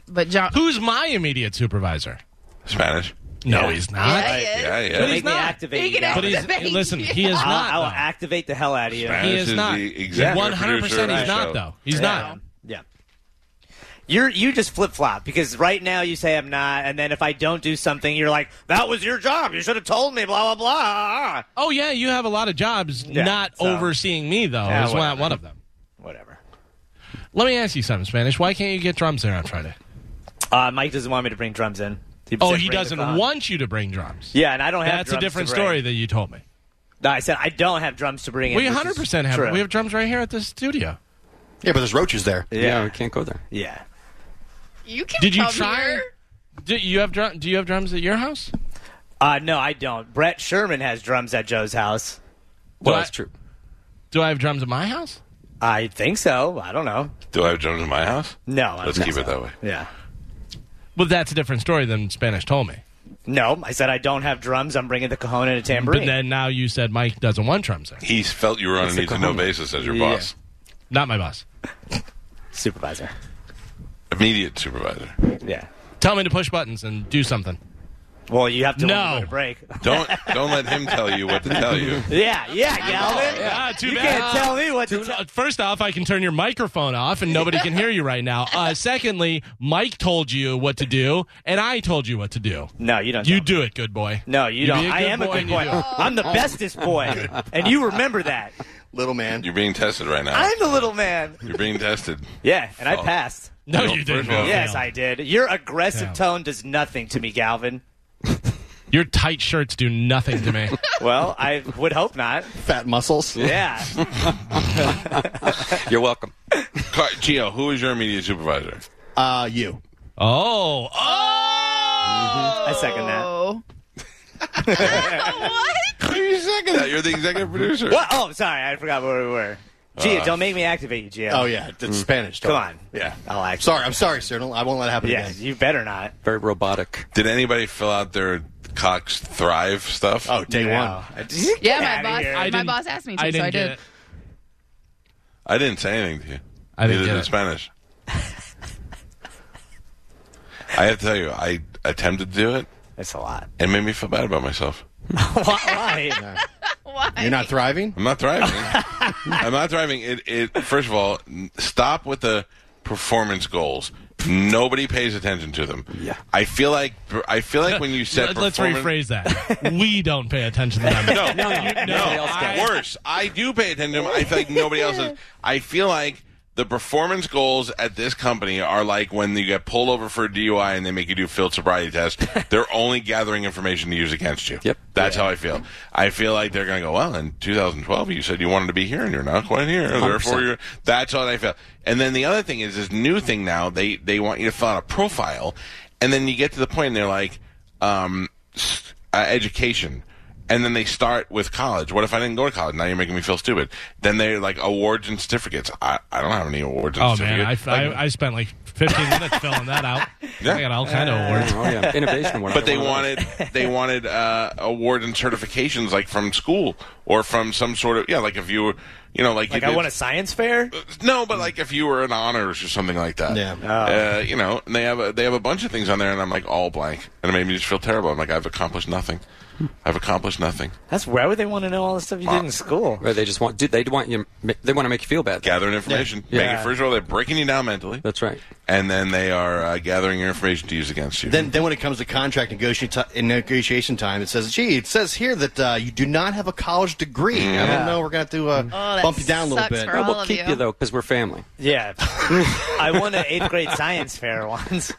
Speaker 6: but John.
Speaker 3: Who's my immediate supervisor?
Speaker 2: Spanish.
Speaker 3: No, he's not.
Speaker 6: Yeah, he is.
Speaker 2: Yeah, yeah.
Speaker 3: But
Speaker 4: Make
Speaker 3: he's
Speaker 4: me
Speaker 3: not.
Speaker 4: activate
Speaker 6: He
Speaker 4: you.
Speaker 6: can
Speaker 4: guys.
Speaker 3: But he's
Speaker 6: Activate
Speaker 3: listen.
Speaker 6: you.
Speaker 3: He is
Speaker 4: I'll-
Speaker 3: not.
Speaker 4: I will
Speaker 3: though.
Speaker 4: activate the hell out of you.
Speaker 2: Spanish
Speaker 3: He is not.
Speaker 2: The executive
Speaker 3: One hundred
Speaker 2: producer
Speaker 3: percent,
Speaker 2: of the
Speaker 3: he's
Speaker 2: show.
Speaker 3: not though. He's not.
Speaker 4: Yeah. You're you just flip flop because right now you say I'm not, and then if I don't do something, you're like, "That was your job. You should have told me." Blah blah blah.
Speaker 3: Oh yeah, you have a lot of jobs
Speaker 4: Yeah,
Speaker 3: not
Speaker 4: so-
Speaker 3: overseeing me though.
Speaker 4: Yeah,
Speaker 3: is not
Speaker 4: whatever.
Speaker 3: one of them.
Speaker 4: Whatever.
Speaker 3: Let me ask you something, Spanish. Why can't you get drums there on Friday?
Speaker 4: Uh, Mike doesn't want me to bring drums in. He
Speaker 3: Oh,
Speaker 4: said
Speaker 3: he
Speaker 4: bring the
Speaker 3: doesn't
Speaker 4: drums.
Speaker 3: want you to bring drums.
Speaker 4: Yeah, and I don't have.
Speaker 3: that's a
Speaker 4: drums
Speaker 3: different
Speaker 4: to bring.
Speaker 3: story that you told me.
Speaker 4: No, I said I don't have drums to bring in.
Speaker 3: We
Speaker 4: which is
Speaker 3: 100 percent have.
Speaker 4: true.
Speaker 3: We have drums right here at the studio.
Speaker 7: Yeah, but there's roaches there.
Speaker 5: Yeah, we can't go there.
Speaker 4: Yeah.
Speaker 6: You can
Speaker 3: Did you
Speaker 6: come
Speaker 3: try?
Speaker 6: here.
Speaker 3: Do you have drum? Do you have drums at your house?
Speaker 4: Uh, no, I don't. Brett Sherman has drums at Joe's house.
Speaker 3: Well, that's
Speaker 5: true.
Speaker 3: Do I have drums at my house?
Speaker 4: I think so. I don't know.
Speaker 2: Do I have drums in my house?
Speaker 4: No, I don't
Speaker 2: Let's
Speaker 4: think
Speaker 2: keep it
Speaker 4: so.
Speaker 2: that way.
Speaker 4: Yeah.
Speaker 3: Well, that's a different story than Spanish told me.
Speaker 4: No, I said I don't have drums. I'm bringing the cajon and a
Speaker 3: But
Speaker 4: tambourine.
Speaker 3: then now you said Mike doesn't want drums there.
Speaker 2: He felt you were on
Speaker 4: It's
Speaker 2: a
Speaker 4: the
Speaker 2: need to know
Speaker 4: cojones.
Speaker 2: basis as your
Speaker 4: Yeah.
Speaker 2: boss,
Speaker 3: Not my boss.
Speaker 4: Supervisor.
Speaker 2: immediate supervisor.
Speaker 4: Yeah.
Speaker 3: Tell me to push buttons and do something.
Speaker 4: Well, you have to
Speaker 3: No.
Speaker 4: let me go to break.
Speaker 2: Don't don't let him tell you what to tell you.
Speaker 4: Yeah, yeah, Galvin.
Speaker 3: Ah, too
Speaker 4: You
Speaker 3: bad.
Speaker 4: can't tell me what to
Speaker 3: Too-
Speaker 4: tell.
Speaker 3: uh, First off, I can turn your microphone off and nobody can hear you right now. Uh, secondly, Mike told you what to do, and I told you what to do.
Speaker 4: No, you don't.
Speaker 3: You
Speaker 4: tell me.
Speaker 3: do it, good boy.
Speaker 4: No, you,
Speaker 3: You
Speaker 4: don't.
Speaker 3: be a
Speaker 4: I
Speaker 3: good
Speaker 4: am
Speaker 3: boy
Speaker 4: a good
Speaker 3: and you
Speaker 4: boy.
Speaker 3: do it.
Speaker 4: I'm the bestest boy, and you remember that.
Speaker 7: Little man.
Speaker 2: You're being tested right now.
Speaker 4: I'm the little man.
Speaker 2: You're being tested.
Speaker 4: Yeah, and I
Speaker 2: Oh.
Speaker 4: passed.
Speaker 3: No,
Speaker 2: No,
Speaker 3: you didn't.
Speaker 2: first of all-
Speaker 4: Yes, I did. Your aggressive
Speaker 3: Yeah.
Speaker 4: tone does nothing to me, Galvin.
Speaker 3: Your tight shirts do nothing to me.
Speaker 4: Well, I would hope not.
Speaker 7: Fat muscles.
Speaker 4: Yeah.
Speaker 5: You're welcome.
Speaker 2: Car- Gio, who is your immediate supervisor?
Speaker 7: Uh, you.
Speaker 3: oh, oh!
Speaker 4: I second that.
Speaker 6: Oh.
Speaker 2: You're second. That you're the executive producer.
Speaker 4: What? Oh, sorry. I forgot where we were. Gia, don't make me activate you, Gia.
Speaker 7: Oh yeah, it's Spanish.
Speaker 4: Come
Speaker 7: totally.
Speaker 4: on.
Speaker 7: Yeah.
Speaker 4: I'll activate.
Speaker 7: Sorry, I'm sorry, sir. Don't- I won't let it happen
Speaker 4: Yeah,
Speaker 7: again.
Speaker 4: you better not.
Speaker 5: Very robotic.
Speaker 2: Did anybody fill out their Cox Thrive stuff?
Speaker 7: Oh, day
Speaker 4: No.
Speaker 7: one.
Speaker 6: Yeah,
Speaker 4: Get
Speaker 6: my
Speaker 4: outta
Speaker 6: boss.
Speaker 4: here.
Speaker 3: I
Speaker 6: My
Speaker 3: didn't-
Speaker 6: boss asked me to,
Speaker 3: I
Speaker 6: so
Speaker 3: didn't
Speaker 6: I
Speaker 3: get
Speaker 6: did.
Speaker 3: it.
Speaker 2: I didn't say anything to you.
Speaker 3: I didn't get
Speaker 2: Neither did
Speaker 3: it.
Speaker 2: Spanish. I have to tell you, I attempted to do it
Speaker 4: That's a lot.
Speaker 2: and made me feel bad about myself.
Speaker 4: Why?
Speaker 7: You're not thriving.
Speaker 2: I'm not thriving. I'm not thriving. It, it. First of all, n- stop with the performance goals. Nobody pays attention to them.
Speaker 5: Yeah.
Speaker 2: I feel like. I feel like when you said
Speaker 3: Let- Let's
Speaker 2: performance-
Speaker 3: rephrase that. we don't pay attention to them.
Speaker 2: No, no, no.
Speaker 3: Nobody else
Speaker 2: I-
Speaker 3: does.
Speaker 2: worse, I do pay attention. to them. I feel like nobody else is. I feel like the performance goals at this company are like when you get pulled over for a DUI and they make you do a field sobriety test. They're only gathering information to use against you.
Speaker 5: Yep.
Speaker 2: That's how I feel. I feel like they're going to go, well, in 2012, you said you wanted to be here and you're not quite here. Therefore, you're, that's what I feel. And then the other thing is this new thing now, they, they want you to fill out a profile. And then you get to the point and they're like, um, s- uh, education. And then they start with college. What if I didn't go to college? Now you're making me feel stupid. Then they're like awards and certificates. I, I don't have any awards and
Speaker 3: Oh man, I,
Speaker 2: certificates. Like,
Speaker 3: I, I spent like 15 minutes filling that out.
Speaker 2: Yeah.
Speaker 3: I got all kind of awards.
Speaker 5: Oh yeah, innovation. award.
Speaker 2: but they
Speaker 5: One of those.
Speaker 2: wanted they wanted uh, awards and certifications like from school or from some sort of yeah, like if you were you know like,
Speaker 4: like
Speaker 2: you
Speaker 4: I
Speaker 2: did-
Speaker 4: want a science fair.
Speaker 2: No, but like if you were in honors or something like that.
Speaker 7: Yeah.
Speaker 2: Uh, you know, and they have a, they have a bunch of things on there, and I'm like all blank, and it made me just feel terrible. I'm like I've accomplished nothing. I've accomplished nothing.
Speaker 4: That's why would they want to know all the stuff you did in school?
Speaker 5: Or they just want. do- They want you. They want to make you feel bad.
Speaker 2: Gathering information.
Speaker 5: Yeah.
Speaker 2: Make it first of all they're breaking you down mentally,
Speaker 5: That's right.
Speaker 2: and then they are uh, gathering your information to use against you.
Speaker 7: Then, then when it comes to contract negotiati- in negotiation time, it says, "Gee, it says here that uh, you do not have a college degree. I don't know. We're gonna have to uh,
Speaker 6: Oh, that
Speaker 7: bump you down a little
Speaker 6: sucks
Speaker 7: bit."
Speaker 6: for all
Speaker 5: we'll
Speaker 6: of
Speaker 5: keep you,
Speaker 6: you.
Speaker 5: though, because we're family.
Speaker 4: Yeah, I won an eighth grade science fair once.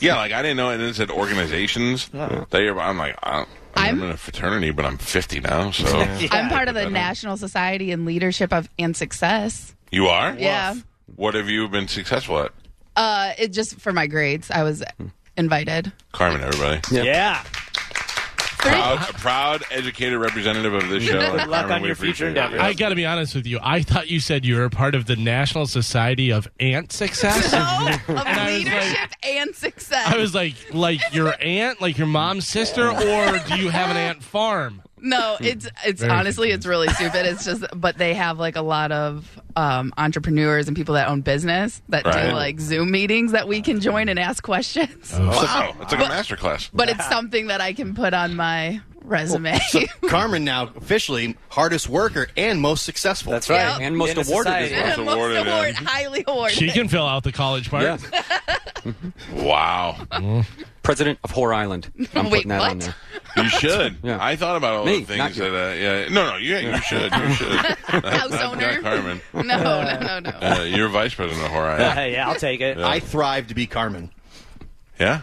Speaker 2: yeah, like I didn't know, and it said organizations. They, I'm like I don't, I mean, I'm,
Speaker 6: I'm-
Speaker 2: in a fraternity, but I'm 50 now, so
Speaker 6: I'm part of the National Society in Leadership of and Success.
Speaker 2: you are.
Speaker 6: Yeah.
Speaker 2: What have you been successful at,
Speaker 6: Uh, it just for my grades, I was
Speaker 4: Hmm.
Speaker 6: invited.
Speaker 2: Carmen? Everybody.
Speaker 5: Yeah.
Speaker 4: Yeah.
Speaker 2: proud, a proud educator representative of this show.
Speaker 4: Good luck
Speaker 2: Carmen,
Speaker 4: on
Speaker 2: we
Speaker 4: your future
Speaker 2: appreciate it.
Speaker 4: endeavors.
Speaker 3: I got to be honest with you. I thought you said you were part of the National Society of Ant Success.
Speaker 6: Oh,
Speaker 3: I was
Speaker 6: of
Speaker 3: like-
Speaker 6: leadership and success.
Speaker 3: I was like, like your aunt, like your mom's sister, or do you have an ant farm?
Speaker 6: No, it's it's
Speaker 3: Very
Speaker 6: honestly it's really stupid. It's just but they have like a lot of um, entrepreneurs and people that own business that
Speaker 2: Right. Oh.
Speaker 6: do like Zoom meetings that we can join and ask questions.
Speaker 2: Wow, it's like a master class.
Speaker 6: But it's something that I can put on my resume.
Speaker 7: Carmen now officially hardest worker and most successful.
Speaker 4: That's right.
Speaker 5: And most
Speaker 4: In a
Speaker 5: awarded as
Speaker 4: society.
Speaker 5: well.
Speaker 2: Most
Speaker 6: Most
Speaker 2: awarded,
Speaker 6: award,
Speaker 2: yeah.
Speaker 6: highly awarded.
Speaker 3: She can fill out the college part.
Speaker 5: Yeah.
Speaker 2: Wow,
Speaker 5: President of Whore Island. I'm
Speaker 6: Wait,
Speaker 5: putting that on
Speaker 6: what?
Speaker 5: there.
Speaker 2: you should.
Speaker 5: Yeah.
Speaker 2: I thought about all
Speaker 5: Me,
Speaker 2: the
Speaker 5: not
Speaker 2: things
Speaker 5: you.
Speaker 2: that. Uh, yeah, no, no, you, you should. You should.
Speaker 6: House
Speaker 2: Not-
Speaker 6: owner.
Speaker 2: Not Carmen.
Speaker 6: No, no, no, no.
Speaker 2: Uh, you're vice president of Hawaii.
Speaker 4: Hey, yeah, I'll take it.
Speaker 7: I thrive to be Carmen.
Speaker 2: Yeah,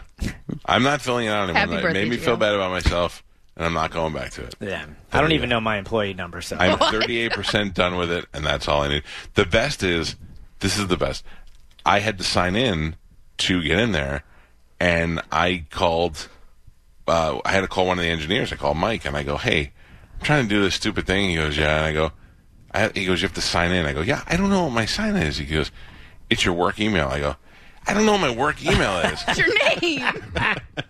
Speaker 2: I'm not filling it out anymore.
Speaker 6: Happy
Speaker 2: it
Speaker 6: birthday
Speaker 2: made me
Speaker 6: to
Speaker 2: feel
Speaker 6: you.
Speaker 2: bad about myself, and I'm not going back to it.
Speaker 4: Yeah. I don't even know my employee number, so
Speaker 2: I'm 38 percent done with it, and that's all I need. The best is This is the best. I had to sign in to get in there, and I called. Uh, I had to call one of the engineers. I called Mike, and I go, "Hey, I'm trying to do this stupid thing." He goes, "Yeah." And I go, I, "He goes, you have to sign in." I go, "Yeah, I don't know what my sign in is." He goes, "It's your work email." I go, "I don't know what my work email is."
Speaker 6: That's your name.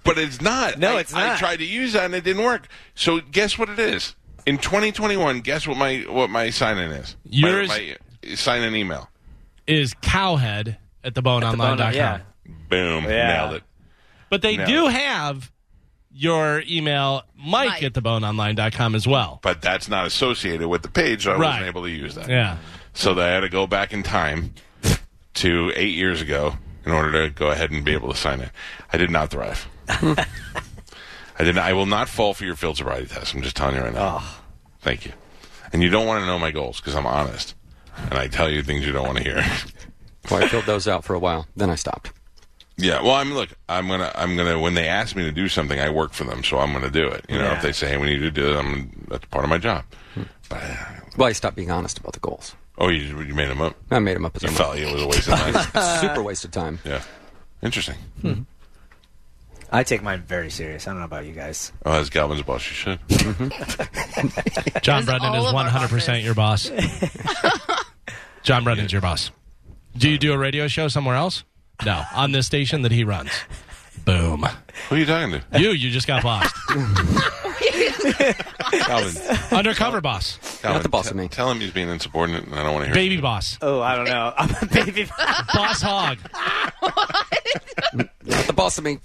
Speaker 2: But it's not.
Speaker 4: No,
Speaker 2: I-
Speaker 4: it's not.
Speaker 2: I tried to use that and it didn't work. So guess what it is? In 2021, guess what my what my sign in is? My-
Speaker 3: Yours-
Speaker 2: my, uh, sign in email.
Speaker 3: Is cowhead at thebononline.com.
Speaker 4: yeah.
Speaker 2: Boom,
Speaker 4: Yeah.
Speaker 2: nailed it.
Speaker 3: But they
Speaker 2: No.
Speaker 3: do have your email, mike,
Speaker 6: Mike.
Speaker 3: at thebononline.com as well.
Speaker 2: But that's not associated with the page, so I
Speaker 3: Right.
Speaker 2: wasn't able to use that.
Speaker 3: Yeah.
Speaker 2: So I had to go back in time to eight years ago in order to go ahead and be able to sign in. I did not thrive. I did. Not, I will not fall for your field sobriety test. I'm just telling you right now. Thank you. And you don't want to know my goals because I'm honest, and I tell you things you don't want to hear.
Speaker 5: Well, I filled those out for a while. Then I stopped.
Speaker 2: yeah. Well, I'm look. I'm gonna. I'm gonna. When they ask me to do something, I work for them, so I'm gonna do it. You know,
Speaker 4: Yeah.
Speaker 2: if they say, "Hey, we need you to do that," I'm. That's part of my job. But I-
Speaker 5: Well, I stopped being honest about the goals.
Speaker 2: oh, you, you made them up.
Speaker 5: I made them up as
Speaker 2: You
Speaker 5: I
Speaker 2: felt
Speaker 5: went.
Speaker 2: like it was a waste of time.
Speaker 5: Super waste of time.
Speaker 2: Yeah. Interesting.
Speaker 4: I take mine very serious. I don't know about you guys.
Speaker 2: Oh, as Galvin's boss, you should.
Speaker 3: John
Speaker 6: Is
Speaker 3: Brennan
Speaker 6: all
Speaker 3: is
Speaker 6: of our
Speaker 3: 100%
Speaker 6: office.
Speaker 3: your boss. John Brennan's your boss. Do you do a radio show somewhere else? No, on this station that he runs. Boom.
Speaker 2: Who are you talking to?
Speaker 3: You, you just got bossed.
Speaker 2: Calvin.
Speaker 3: Undercover boss.
Speaker 2: Calvin,
Speaker 5: the boss
Speaker 2: te-
Speaker 5: of me.
Speaker 2: Tell him he's being insubordinate, and I don't want to hear.
Speaker 3: Baby boss.
Speaker 4: Oh, I don't know. I'm a baby.
Speaker 3: Boss hog.
Speaker 5: Not the boss of me.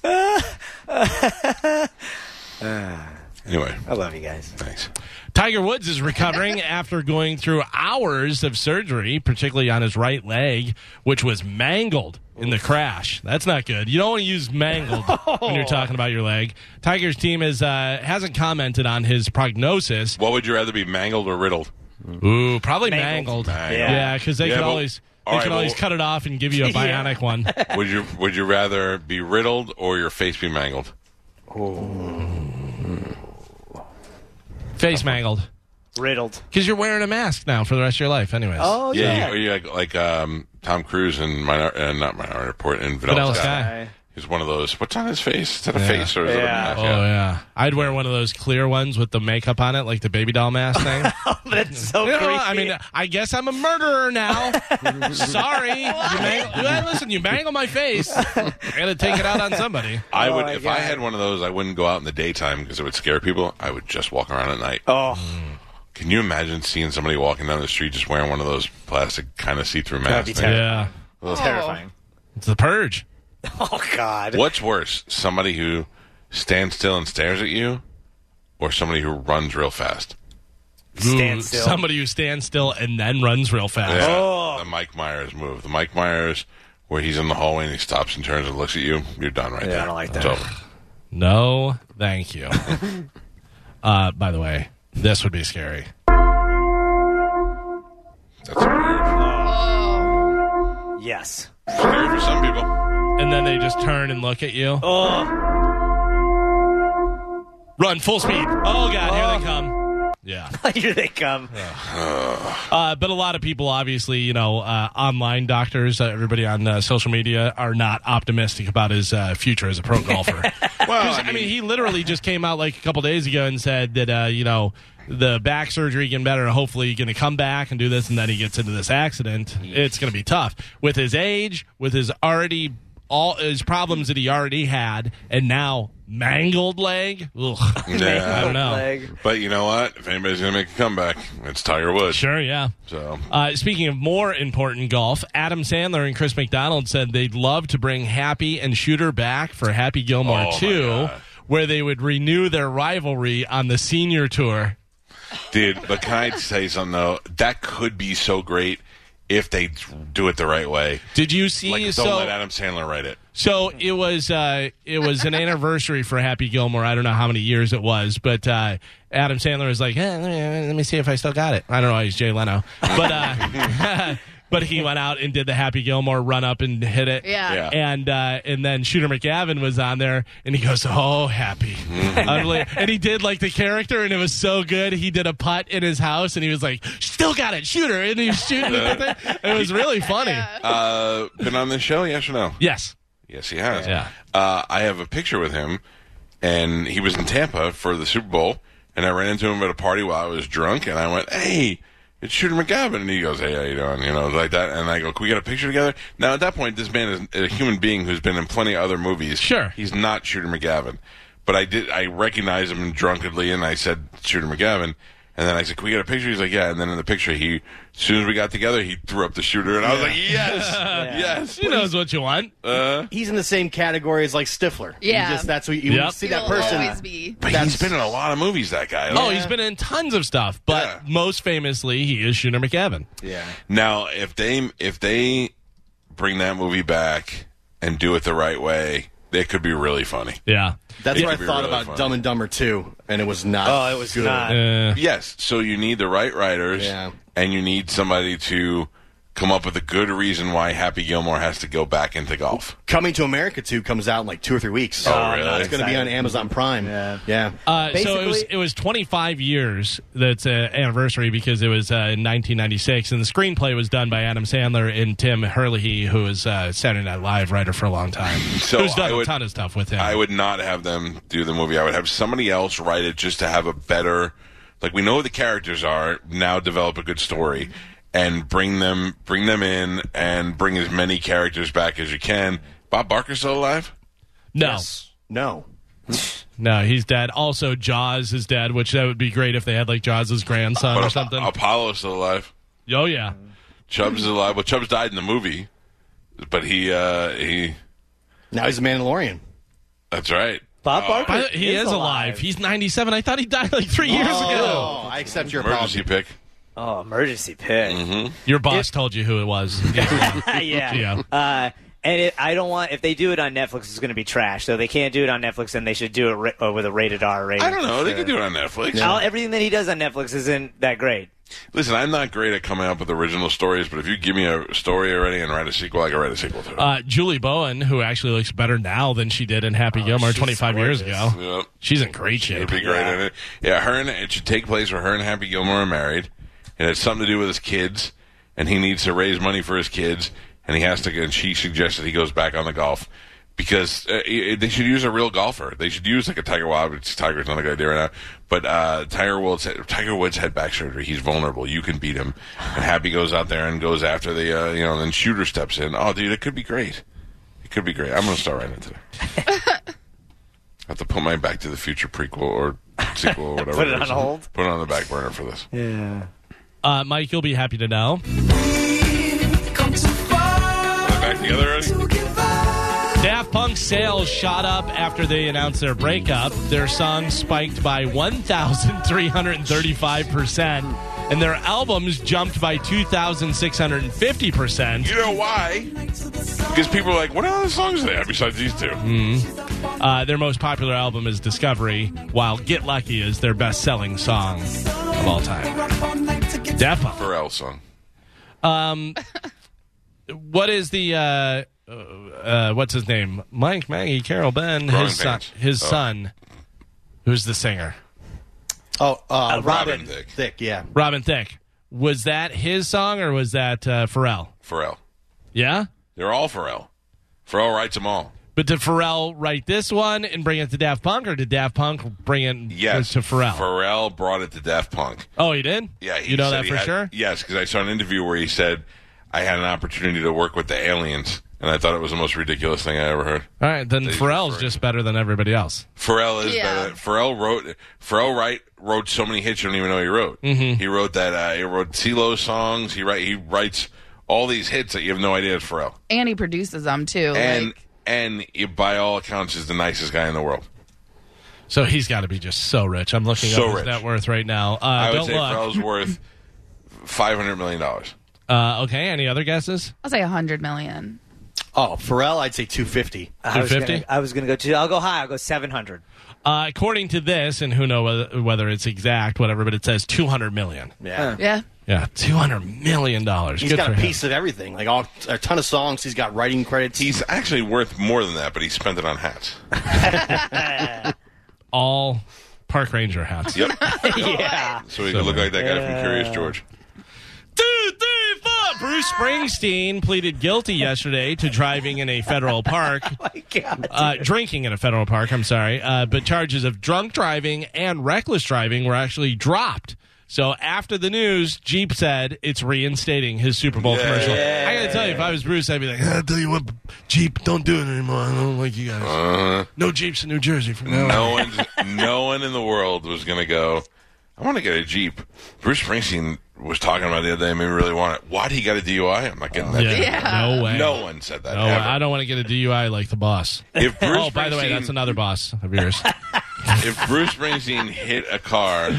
Speaker 2: it. Anyway,
Speaker 4: I love you guys.
Speaker 2: thanks.
Speaker 3: Tiger Woods is recovering after going through hours of surgery, particularly on his right leg, which was mangled in the crash. That's not good. You don't want to use mangled when
Speaker 6: Oh.
Speaker 3: you're talking about your leg. Tiger's team is, uh, hasn't commented on his prognosis.
Speaker 2: What would you rather be mangled or riddled?
Speaker 3: Ooh, probably mangled.
Speaker 2: Mangled.
Speaker 3: Yeah, because they
Speaker 2: Yeah,
Speaker 3: could
Speaker 2: but-
Speaker 3: always they
Speaker 2: all
Speaker 3: could
Speaker 2: right,
Speaker 3: always
Speaker 2: well-
Speaker 3: cut it off and give you a bionic one.
Speaker 2: Would you Would you rather be riddled or your face be mangled?
Speaker 3: Face mangled.
Speaker 4: Riddled.
Speaker 3: Because you're wearing a mask now for the rest of your life, anyways.
Speaker 4: Oh yeah.
Speaker 2: yeah. You, you like like um, Tom Cruise in Minor, uh, not Minority Report in Vanilla,
Speaker 3: Vanilla
Speaker 2: Sky.
Speaker 3: Sky.
Speaker 2: He's one of those. What's on his face? Is that a face or is
Speaker 4: Yeah.
Speaker 2: it a mask?
Speaker 3: Oh yeah, I'd wear one of those clear ones with the makeup on it, like the baby doll mask thing.
Speaker 4: That's so
Speaker 3: You
Speaker 2: Oh,
Speaker 3: know,
Speaker 4: creepy.
Speaker 3: I mean, I guess I'm a murderer now. Sorry, you mangle, well, listen, you mangle my face. I gotta take it out on somebody.
Speaker 2: I
Speaker 4: Oh,
Speaker 2: would
Speaker 4: my
Speaker 2: if
Speaker 4: God.
Speaker 2: I had one of those. I wouldn't go out in the daytime because it would scare people. I would just walk around at night.
Speaker 4: oh,
Speaker 2: Can you imagine seeing somebody walking down the street just wearing one of those plastic kind of see-through
Speaker 4: That'd
Speaker 2: masks?
Speaker 4: be
Speaker 2: thing?
Speaker 4: terrible.
Speaker 3: Yeah,
Speaker 4: terrifying.
Speaker 3: it's the purge.
Speaker 4: Oh God.
Speaker 2: What's worse, somebody who stands still and stares at you, or somebody who runs real fast?
Speaker 4: Stand
Speaker 3: Ooh,
Speaker 4: still.
Speaker 3: Somebody who stands still and then runs real fast.
Speaker 4: Oh.
Speaker 2: Yeah, the Mike Myers move. The Mike Myers where he's in the hallway and he stops and turns and looks at you. You're done right there.
Speaker 4: I don't like that.
Speaker 2: It's over.
Speaker 3: No, thank you. uh, by the way, this would be scary.
Speaker 2: That's weird.
Speaker 4: Yes.
Speaker 2: Scary for some people.
Speaker 3: And then they just turn and look at you. Oh. Run full speed. Oh god, here they come. Yeah.
Speaker 4: Here they come.
Speaker 3: Uh, but a lot of people, obviously, you know, uh, online doctors, uh, everybody on uh, social media are not optimistic about his uh, future as a pro golfer. 'Cause,
Speaker 2: Well,
Speaker 3: I, mean, he literally just came out like a couple days ago and said that, uh, you know, the back surgery getting better, hopefully going to come back and do this, and then he gets into this accident. It's going to be tough with his age, with his already all his problems that he already had, and now mangled leg. Ugh, I
Speaker 2: yeah.
Speaker 3: don't know.
Speaker 4: Leg.
Speaker 2: But you know what? If anybody's going to make a comeback, it's Tiger Woods.
Speaker 3: Sure, yeah.
Speaker 2: So
Speaker 3: Uh, speaking of more important golf, Adam Sandler and Chris McDonald said they'd love to bring Happy and Shooter back for Happy Gilmore
Speaker 2: Oh, my
Speaker 3: 2,
Speaker 2: God.
Speaker 3: where they would renew their rivalry on the senior tour.
Speaker 2: Dude, but can I say something though? That could be so great if they do it the right way.
Speaker 3: Did you see?
Speaker 2: Like, don't
Speaker 3: so,
Speaker 2: let Adam Sandler write it.
Speaker 3: so it was uh, it was an anniversary for Happy Gilmore. I don't know how many years it was, but uh, Adam Sandler was like, eh, let, me, let me see if I still got it. I don't know. He's Jay Leno, but uh, but he went out and did the Happy Gilmore run up and hit it.
Speaker 6: Yeah.
Speaker 2: Yeah.
Speaker 3: And uh, and then Shooter McGavin was on there, and he goes, "Oh, happy!" Unbelievable. and he did like the character, and it was so good. He did a putt in his house, and he was like, "Still got it, Shooter!" And he was shooting. with the thing. It was really funny.
Speaker 2: Uh, been on this show? Yes or no?
Speaker 3: Yes.
Speaker 2: Yes, he has.
Speaker 3: Yeah.
Speaker 2: Uh, I have a picture with him, and he was in Tampa for the Super Bowl, and I ran into him at a party while I was drunk, and I went, "Hey." It's Shooter McGavin, and he goes, "Hey, how you doing?" You know, like that. And I go, "Can we get a picture together?" Now, at that point, this man is a human being who's been in plenty of other movies.
Speaker 3: Sure.
Speaker 2: he's not Shooter McGavin, but I did. I recognized him drunkenly, and I said, "Shooter McGavin." And then I said, "Can we get a picture?" He's like, "Yeah." And then in the picture, he, as soon as we got together, he threw up the shooter, and I was like, "Yes, yes."
Speaker 3: She knows what you want.
Speaker 7: He's in the same category as like Stifler. You
Speaker 6: Yeah.
Speaker 7: just that's what you
Speaker 3: Yep.
Speaker 7: see that
Speaker 6: You'll
Speaker 7: person.
Speaker 6: always be.
Speaker 2: But
Speaker 7: That's-
Speaker 2: he's been in a lot of movies, that guy.
Speaker 3: Oh, he's been in tons of stuff, but
Speaker 2: Yeah.
Speaker 3: most famously, he is Shooter McGavin.
Speaker 7: Yeah.
Speaker 2: Now, if they if they bring that movie back and do it the right way, it could be really funny.
Speaker 3: Yeah.
Speaker 7: That's
Speaker 2: It
Speaker 7: what I
Speaker 2: could be
Speaker 7: thought
Speaker 2: really
Speaker 7: about
Speaker 2: funny.
Speaker 7: Dumb and Dumber 2, and it was not.
Speaker 4: Oh, it was
Speaker 7: good.
Speaker 4: not.
Speaker 3: Uh,
Speaker 2: Yes, so you need the right writers,
Speaker 7: Yeah.
Speaker 2: and you need somebody to come up with a good reason why Happy Gilmore has to go back into golf.
Speaker 7: Coming to America 2 comes out in like two or three weeks.
Speaker 2: Oh,
Speaker 7: Uh,
Speaker 2: really?
Speaker 7: It's going to be on Amazon Prime. Yeah. Yeah.
Speaker 3: Uh, so it was
Speaker 4: Basically-
Speaker 3: it was 25 years that's an anniversary because it was uh, in 1996 and the screenplay was done by Adam Sandler and Tim Herlihy who was uh, Saturday Night Live writer for a long time
Speaker 2: So
Speaker 3: who's done
Speaker 2: I
Speaker 3: a
Speaker 2: would-
Speaker 3: ton of stuff with him
Speaker 2: I would not have them do the movie. I would have somebody else write it just to have a better, like we know who the characters are now. Develop a good story and bring them bring them in and bring as many characters back as you can. Bob Barker still alive?
Speaker 3: no
Speaker 7: No.
Speaker 3: no he's dead also Jaws is dead which that would be great if they had like Jaws' grandson or
Speaker 2: But uh,
Speaker 3: something
Speaker 2: Ap- Apollo's still alive.
Speaker 3: oh yeah
Speaker 2: Chubb's is alive. Well, Chubb's died in the movie, but he uh he.
Speaker 7: Now he's a Mandalorian.
Speaker 2: That's right.
Speaker 4: Bob Barker.
Speaker 3: By the- Oh. he is, alive. he's 97 I thought he died like three years ago
Speaker 7: Oh, I accept your
Speaker 2: Emergency
Speaker 7: apology.
Speaker 2: pick.
Speaker 4: oh, emergency pick.
Speaker 3: your boss told you who it was
Speaker 4: yeah.
Speaker 3: Yeah.
Speaker 4: Uh, and it, I don't want if they do it on Netflix, it's going to be trash. So they can't do it on Netflix, and they should do it ra- uh, with a rated R rating.
Speaker 2: I don't know. They could do it on Netflix.
Speaker 4: All- everything that he does on Netflix isn't that great.
Speaker 2: Listen, I'm not great at coming up with original stories, but if you give me a story already and write a sequel, I can write a sequel to it.
Speaker 3: uh, Julie Bowen who actually looks better now than she did in Happy
Speaker 2: Oh,
Speaker 3: Gilmore 25 years ago
Speaker 2: Yep.
Speaker 3: she's in great shape
Speaker 2: It'd be great in it. Yeah, her and it should take place where her and Happy Gilmore are married. It has something to do with his kids, and he needs to raise money for his kids, and he has to. And she suggested he goes back on the golf because uh, it, they should use a real golfer. They should use like a Tiger Woods. It's Tiger's not a good idea right now, but uh, Tiger Woods. Tiger Woods had back surgery. He's vulnerable. You can beat him. And Happy goes out there and goes after the uh, you know. And then Shooter steps in. Oh, dude, it could be great. It could be great. I'm gonna start writing it today. I have to put my Back to the Future prequel or sequel or whatever.
Speaker 4: Put it
Speaker 2: is.
Speaker 4: on hold?
Speaker 2: Put it on the back burner for this.
Speaker 3: Uh, Mike, you'll be happy to know.
Speaker 2: Are they back together already?
Speaker 3: Daft Punk's sales shot up after they announced their breakup. Their song spiked by 1,335%, and their albums jumped by 2,650%.
Speaker 2: You know why? Because people are like, what other songs do they have besides these two?
Speaker 3: Mm. Uh, their most popular album is Discovery, while Get Lucky is their best selling song of all time. Daft Punk.
Speaker 2: Pharrell song.
Speaker 3: what is the uh, uh, what's his name? Mike, Maggie, Carol, Ben,
Speaker 2: Growing
Speaker 3: his son,
Speaker 2: Pains.
Speaker 3: his
Speaker 2: Oh.
Speaker 3: son, who's the singer,
Speaker 7: Oh, uh, Robin
Speaker 2: Robin Thicke.
Speaker 7: Thicke, yeah.
Speaker 3: Robin Thicke. Was that his song or was that uh, Pharrell?
Speaker 2: Pharrell.
Speaker 3: Yeah,
Speaker 2: They're all Pharrell. Pharrell writes them all.
Speaker 3: but did Pharrell write this one and bring it to Daft Punk, or did Daft Punk bring it
Speaker 2: Yes.
Speaker 3: to Pharrell?
Speaker 2: Pharrell brought it to Daft Punk.
Speaker 3: oh, he did.
Speaker 2: Yeah, he
Speaker 3: you know
Speaker 2: said
Speaker 3: that
Speaker 2: he
Speaker 3: for
Speaker 2: had-
Speaker 3: sure.
Speaker 2: Yes, because I saw an interview where he said, I had an opportunity to work with the aliens, and I thought it was the most ridiculous thing I ever heard.
Speaker 3: All right, then
Speaker 2: They-
Speaker 3: Pharrell's just better than everybody else.
Speaker 2: Pharrell is
Speaker 6: Yeah.
Speaker 2: better. Pharrell wrote Pharrell Wright wrote so many hits you don't even know he wrote. Mm-hmm. He wrote that uh, he wrote CeeLo songs. He write he writes all these hits that you have no idea it's Pharrell.
Speaker 6: And he produces them too.
Speaker 2: And
Speaker 6: like,
Speaker 2: and he, by all accounts is the nicest guy in the world.
Speaker 3: So he's got to be just so rich. I'm looking
Speaker 2: So
Speaker 3: up his
Speaker 2: rich.
Speaker 3: net worth right now. Uh,
Speaker 2: I would
Speaker 3: don't
Speaker 2: say
Speaker 3: look.
Speaker 2: Pharrell's worth five hundred million dollars.
Speaker 3: Uh, okay, any other guesses?
Speaker 6: I'll say a hundred million.
Speaker 7: Oh, Pharrell, I'd say 250.
Speaker 4: I was
Speaker 3: 250?
Speaker 4: gonna- I was going to go to. I'll go high. I'll go seven hundred.
Speaker 3: Uh, according to this, and who knows whether it's exact, whatever, but it says 200 million.
Speaker 7: Yeah.
Speaker 6: Yeah.
Speaker 3: Yeah, 200 million dollars.
Speaker 7: He's
Speaker 3: Good
Speaker 7: got
Speaker 3: for
Speaker 7: a
Speaker 3: him.
Speaker 7: piece of everything, like all, a ton of songs. He's got writing credits.
Speaker 2: He's actually worth more than that, but he spent it on hats.
Speaker 3: all park ranger hats.
Speaker 2: Yep.
Speaker 4: yeah.
Speaker 2: So he could look like that guy from Curious George.
Speaker 3: Two, three, four. Bruce Springsteen pleaded guilty yesterday to driving in a federal park, uh, drinking in a federal park. I'm sorry, uh, but charges of drunk driving and reckless driving were actually dropped. So after the news, Jeep said it's reinstating his Super Bowl commercial. I gotta tell you, if I was Bruce, I'd be like, I tell you what, Jeep, don't do it anymore. I don't like you guys. no Jeeps in New Jersey from now on.
Speaker 2: Uh-huh. No one, no one in the world was going to go. I want to get a Jeep. Bruce Springsteen was talking about it the other day. Made me really want it. Why do you got a DUI? I'm not getting that.
Speaker 3: Yeah,
Speaker 6: Yeah.
Speaker 3: no way.
Speaker 2: No one said that.
Speaker 3: No,
Speaker 2: ever.
Speaker 3: I don't want to get a DUI like the boss.
Speaker 2: If Bruce
Speaker 3: oh, by the way,
Speaker 2: Springsteen-
Speaker 3: that's another boss of yours.
Speaker 2: if Bruce Springsteen hit a car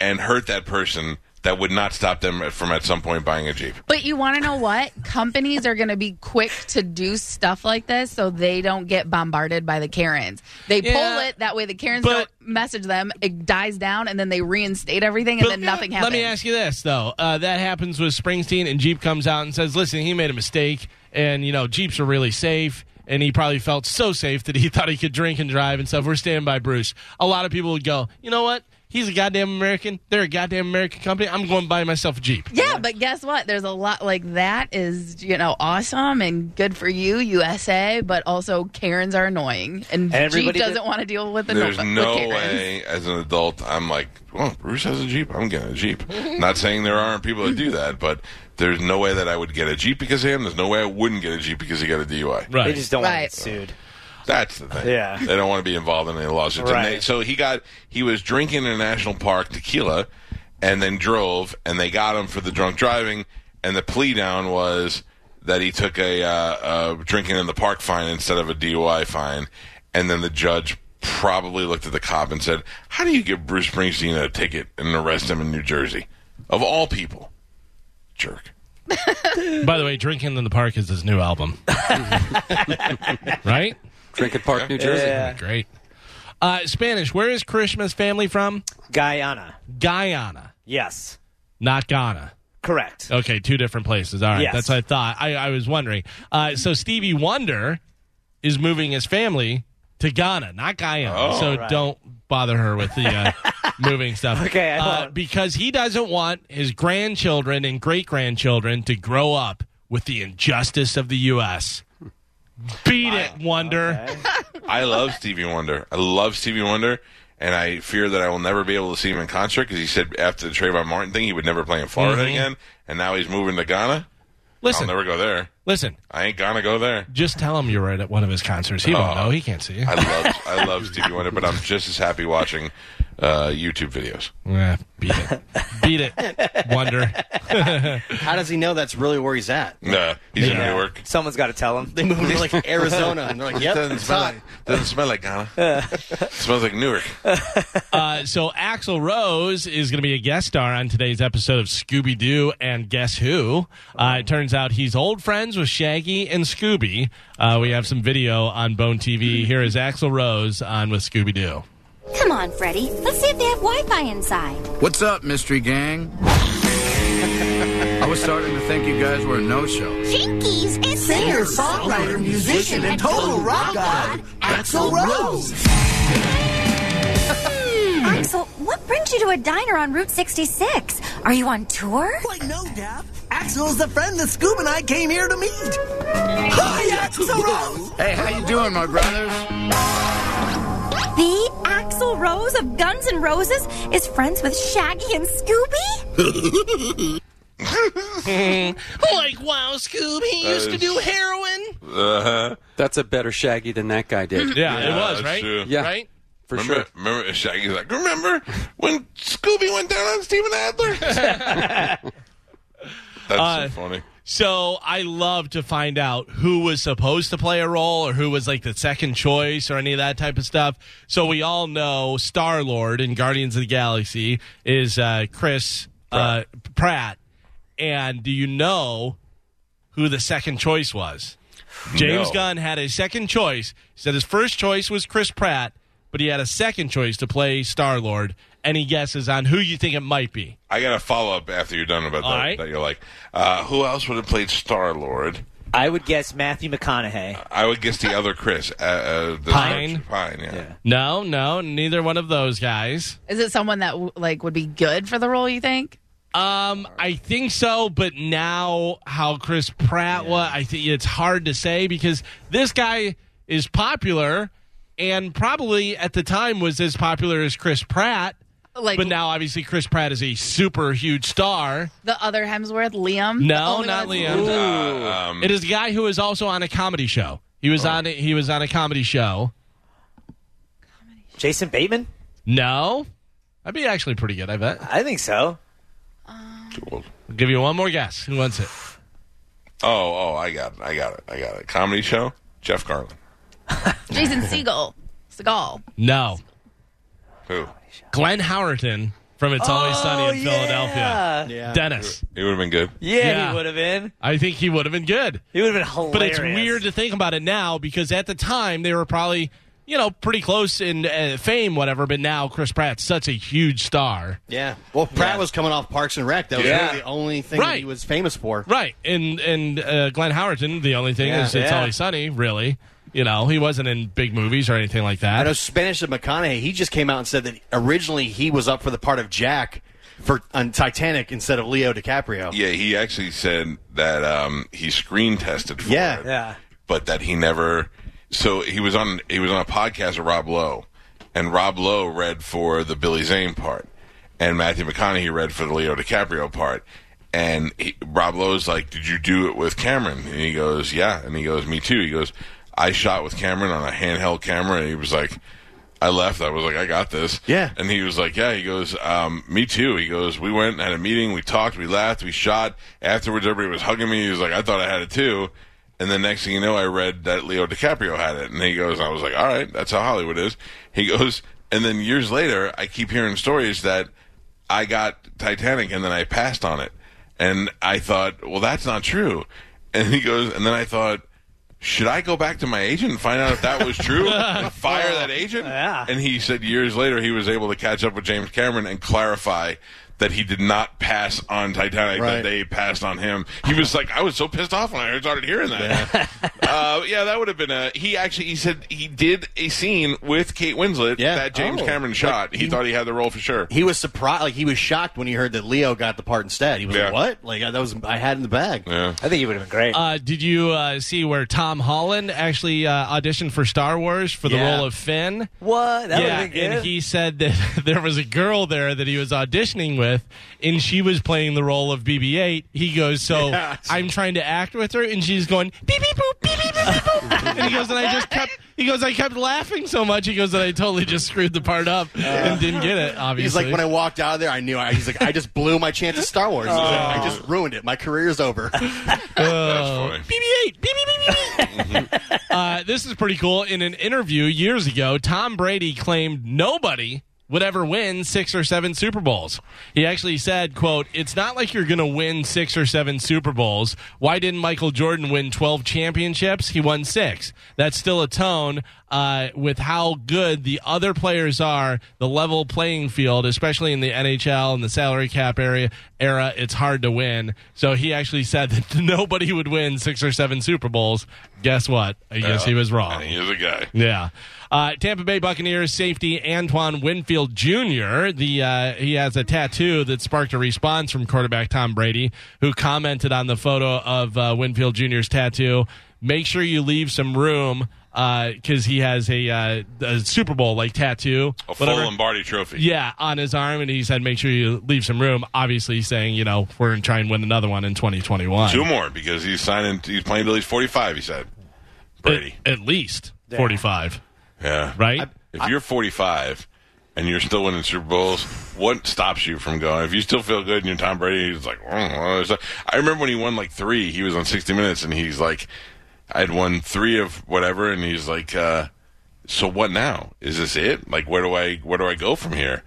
Speaker 2: and hurt that person, that would not stop them from at some point buying a Jeep.
Speaker 6: But you want to know what? Companies are going to be quick to do stuff like this so they don't get bombarded by the Karens. They pull it, that way the Karens
Speaker 3: But-
Speaker 6: don't message them, it dies down, and then they reinstate everything, and
Speaker 3: But
Speaker 6: then nothing happens.
Speaker 3: Let me ask you this though: uh, that happens with Springsteen, and Jeep comes out and says, "Listen, he made a mistake, and you know Jeeps are really safe." And he probably felt so safe that he thought he could drink and drive and stuff. We're standing by Bruce. A lot of people would go, you know what? He's a goddamn American. They're a goddamn American company. I'm going to buy myself a Jeep.
Speaker 6: Yeah, but guess what? There's a lot like that is, you know, awesome and good for you, USA, but also Karens are annoying. And
Speaker 4: Everybody
Speaker 6: Jeep doesn't
Speaker 4: did-
Speaker 6: want to deal with the
Speaker 2: There's
Speaker 6: with
Speaker 2: no
Speaker 6: Karens.
Speaker 2: way, as an adult, I'm like, well, Bruce has a Jeep. I'm getting a Jeep. Not saying there aren't people that do that, but there's no way that I would get a Jeep because of him. There's no way I wouldn't get a Jeep because he got a DUI.
Speaker 3: Right.
Speaker 4: They just don't
Speaker 6: Right.
Speaker 4: want to get sued.
Speaker 2: That's the thing.
Speaker 4: Yeah.
Speaker 2: They don't want to be involved in any lawsuits. And
Speaker 4: Right.
Speaker 2: they- so he got he was drinking in a national park tequila and then drove and they got him for the drunk driving and the plea down was that he took a uh, uh, drinking in the park fine instead of a DUI fine and then the judge probably looked at the cop and said, "How do you give Bruce Springsteen a ticket and arrest him in New Jersey of all people?" Jerk.
Speaker 3: By the way, Drinking in the Park is his new album. right?
Speaker 5: Drinking Park, New Jersey.
Speaker 3: Great. Uh, Spanish, where is Krishna's family from?
Speaker 4: Guyana.
Speaker 3: Guyana,
Speaker 4: Yes.
Speaker 3: not Ghana.
Speaker 4: Correct.
Speaker 3: Okay, two different places. All right,
Speaker 4: Yes.
Speaker 3: that's what I thought. I, I was wondering. Uh, so Stevie Wonder is moving his family to Ghana, not Guyana.
Speaker 2: Oh.
Speaker 3: so
Speaker 4: Right.
Speaker 3: don't bother her with the uh, moving stuff.
Speaker 4: Okay, I
Speaker 3: uh,
Speaker 4: won't.
Speaker 3: because he doesn't want his grandchildren and great grandchildren to grow up with the injustice of the U.S. Beat it, Wonder.
Speaker 2: I love Stevie Wonder. I love Stevie Wonder, and I fear that I will never be able to see him in concert because he said after the Trayvon Martin thing he would never play in Florida
Speaker 3: Mhm.
Speaker 2: again, and now he's moving to Ghana. I'll
Speaker 3: Listen,
Speaker 2: never go there.
Speaker 3: listen.
Speaker 2: I ain't gonna go there.
Speaker 3: Just tell him you were at one of his concerts. He won't
Speaker 2: Oh.
Speaker 3: know. He can't see you.
Speaker 2: I love I love Stevie Wonder, but I'm just as happy watching uh, YouTube videos.
Speaker 3: Eh, beat it. Beat it, Wonder.
Speaker 7: How does he know that's really where he's at?
Speaker 2: Nah, he's in
Speaker 4: Yeah.
Speaker 2: Newark.
Speaker 4: Someone's got to tell him.
Speaker 7: They moved to like Arizona, and they're like, "Yep,
Speaker 2: doesn't
Speaker 7: it's
Speaker 2: smell
Speaker 7: hot.
Speaker 2: like doesn't smell like Ghana. It smells like Newark.
Speaker 3: Uh, so Axel Rose is going to be a guest star on today's episode of Scooby Doo and Guess Who. Uh, it turns out he's old friends with Shaggy and Scooby. Uh, we have some video on Bone TV. Here is Axel Rose on with Scooby Doo.
Speaker 11: Come on, Freddy. Let's see if they have Wi-Fi inside.
Speaker 12: What's up, mystery gang? I was starting to think you guys were a no-show.
Speaker 11: Jinkies is singer, songwriter, musician, and total rock god, Axel Rose. Axel, what brings you to a diner on Route 66? Are you on tour?
Speaker 12: Like no doubt, Axel's the friend that Scoob and I came here to meet. Hi, Axel Rose. Hey, how you doing, my brothers?
Speaker 11: The Axel Rose of Guns N' Roses is friends with Shaggy and Scooby?
Speaker 3: Like, wow, Scooby used
Speaker 2: to is- do
Speaker 3: heroin.
Speaker 2: Uh-huh.
Speaker 5: That's a better Shaggy than that guy did.
Speaker 3: Yeah, it was
Speaker 2: that's
Speaker 3: right.
Speaker 2: true.
Speaker 5: Yeah.
Speaker 3: Right.
Speaker 5: for
Speaker 2: remember,
Speaker 5: sure.
Speaker 2: remember Shaggy's like, remember when Scooby went down on Steven Adler? That's
Speaker 3: Uh,
Speaker 2: so funny.
Speaker 3: So I love to find out who was supposed to play a role or who was like the second choice or any of that type of stuff. So we all know Star Lord in Guardians of the Galaxy is uh, Chris Pratt. Uh, Pratt. And do you know who the second choice was? James
Speaker 2: No.
Speaker 3: Gunn had a second choice. He said his first choice was Chris Pratt, but but he had a second choice to play Star Lord. Any guesses on who you think it might be?
Speaker 2: I got a follow up after you're done about that.
Speaker 3: All right.
Speaker 2: That you're like, uh, who else would have played Star Lord?
Speaker 4: I would guess Matthew McConaughey.
Speaker 2: I would guess the other Chris, uh, uh, the
Speaker 3: Pine?
Speaker 2: Pine, yeah.
Speaker 3: No, no, neither one of those guys.
Speaker 6: Is it someone that w- like would be good for the role? You think?
Speaker 3: Um, I think so, but now how Chris Pratt was, I think it's hard to say because this guy is popular and probably at the time was as popular as Chris Pratt.
Speaker 6: Like-
Speaker 3: but now obviously Chris Pratt is a super huge star.
Speaker 6: The other Hemsworth, Liam. The
Speaker 3: No,
Speaker 6: only
Speaker 3: not
Speaker 6: one-
Speaker 3: Liam.
Speaker 2: Uh, um, Oh.
Speaker 3: it is a guy who is also on a comedy show. He was on a, he was on a comedy show.
Speaker 4: Jason Bateman?
Speaker 3: No, that'd be actually pretty good. I bet.
Speaker 4: I think so.
Speaker 3: I'll give you one more guess. Who wants it?
Speaker 2: Oh, oh, I got it. I got it. I got it. Comedy show? Jeff Garland.
Speaker 6: Jason Segel. Segal.
Speaker 3: No,
Speaker 2: Who?
Speaker 3: Glenn Howerton from It's Always Sunny in Philadelphia.
Speaker 4: Yeah.
Speaker 3: Dennis.
Speaker 2: It would have been good.
Speaker 4: Yeah,
Speaker 3: Yeah.
Speaker 4: he would have been.
Speaker 3: I think he would have been good.
Speaker 4: He would have been hilarious.
Speaker 3: But it's weird to think about it now because at the time they were probably, you know, pretty close in uh, fame, whatever. But now Chris Pratt's such a huge star.
Speaker 7: Yeah. Well, Pratt was coming off Parks and Rec. That was
Speaker 2: Yeah.
Speaker 7: really the only thing that
Speaker 3: Right.
Speaker 7: he was famous for.
Speaker 3: Right. And and uh, Glenn Howerton, the only thing
Speaker 7: Yeah.
Speaker 3: is It's
Speaker 7: Yeah.
Speaker 3: Always Sunny, really. You know, he wasn't in big movies or anything like
Speaker 7: I
Speaker 3: that.
Speaker 7: know Spanish of McConaughey. He just came out and said that originally he was up for the part of Jack for on Titanic instead of Leo DiCaprio.
Speaker 2: Yeah, he actually said that um, he screen tested for
Speaker 7: Yeah.
Speaker 2: it,
Speaker 4: Yeah.
Speaker 2: but that he never. So he was on he was on a podcast with Rob Lowe, and Rob Lowe read for the Billy Zane part, and Matthew McConaughey read for the Leo DiCaprio part. And he, Rob Lowe's like, "Did you do it with Cameron?" And he goes, "Yeah." And he goes, "Me too." He goes, "I shot with Cameron on a handheld camera," and he was like. I left. I was like, I got this.
Speaker 7: Yeah.
Speaker 2: And he was like, Yeah. He goes, um, Me too. He goes, We went and had a meeting. We talked. We laughed. We shot. Afterwards, everybody was hugging me. He was like, I thought I had it too. And then next thing you know, I read that Leo DiCaprio had it. And he goes, I was like, All right, that's how Hollywood is. He goes, And then years later, I keep hearing stories that I got Titanic and then I passed on it. And I thought, Well, that's not true. And he goes, And then I thought, should I go back to my agent and find out if that was true and fire that agent?
Speaker 4: Yeah.
Speaker 2: And he said years later he was able to catch up with James Cameron and clarify that he did not pass on Titanic,
Speaker 7: Right.
Speaker 2: that they passed on him. He was like, I was so pissed off when I started hearing that. Yeah, uh, yeah that would have been a. He actually he said he did a scene with Kate Winslet
Speaker 7: Yeah.
Speaker 2: that James
Speaker 7: Oh.
Speaker 2: Cameron shot. he, thought he had the role for sure.
Speaker 7: He was surprised, like he was shocked when he heard that Leo got the part instead. He was
Speaker 2: Yeah.
Speaker 7: like, "What? Like that was I had in the bag."
Speaker 2: yeah.
Speaker 4: I think he would have been great.
Speaker 3: Uh, did you uh, see where Tom Holland actually uh, auditioned for Star Wars for the
Speaker 7: Yeah.
Speaker 3: role of Finn?
Speaker 4: what? That
Speaker 3: yeah,
Speaker 4: would have been good.
Speaker 3: and he said that there was a girl there that he was auditioning with, and she was playing the role of BB-8. He goes, "So I'm trying to act with her," and she's going, "Beep beep boop, beep beep boop, beep boop," and he goes, "And I just kept." He goes, "I kept laughing so much." He goes, "That I totally just screwed the part up and didn't get it." Obviously,
Speaker 7: He's like, when I walked out of there, I knew. I, he's like, I just blew my chance at Star Wars. He's like, I just ruined it. My career's over.
Speaker 2: That's funny.
Speaker 3: BB-8, BB-8, BB-8. uh, this is pretty cool. In an interview years ago, Tom Brady claimed nobody would ever win six or seven Super Bowls. He actually said, "quote It's not like you're going to win six or seven Super Bowls. Why didn't Michael Jordan win twelve championships? He won six. That's still a tone uh, with how good the other players are. The level playing field, especially in the NHL and the salary cap area era, it's hard to win. So he actually said that nobody would win six or seven Super Bowls. Guess what? I guess he was wrong.
Speaker 2: Uh, And he is a guy.
Speaker 3: Yeah. Uh, Tampa Bay Buccaneers safety Antoine Winfield Jr. The uh, he has a tattoo that sparked a response from quarterback Tom Brady, who commented on the photo of uh, Winfield Jr.'s tattoo. Make sure you leave some room because he has a, uh, a Super Bowl like tattoo.
Speaker 2: A full
Speaker 3: whatever.
Speaker 2: Lombardi trophy.
Speaker 3: Yeah, on his arm, and he said, "Make sure you leave some room." Obviously, saying, "You know, we're going to try and win another one in 2021."
Speaker 2: Two more because he's signing. He's playing till he's forty-five. He said, Brady.
Speaker 3: at, at least 45,
Speaker 2: yeah.
Speaker 3: right?
Speaker 2: If you're 45 and you're still winning Super Bowls, what stops you from going? If you still feel good and you're Tom Brady, he's like, "Mm, uh, so-" I remember when he won like three, he was on 60 Minutes and he's like, I had won three of whatever, and he's like, uh, so what now? Is this it? Like, where do I where do I go from here?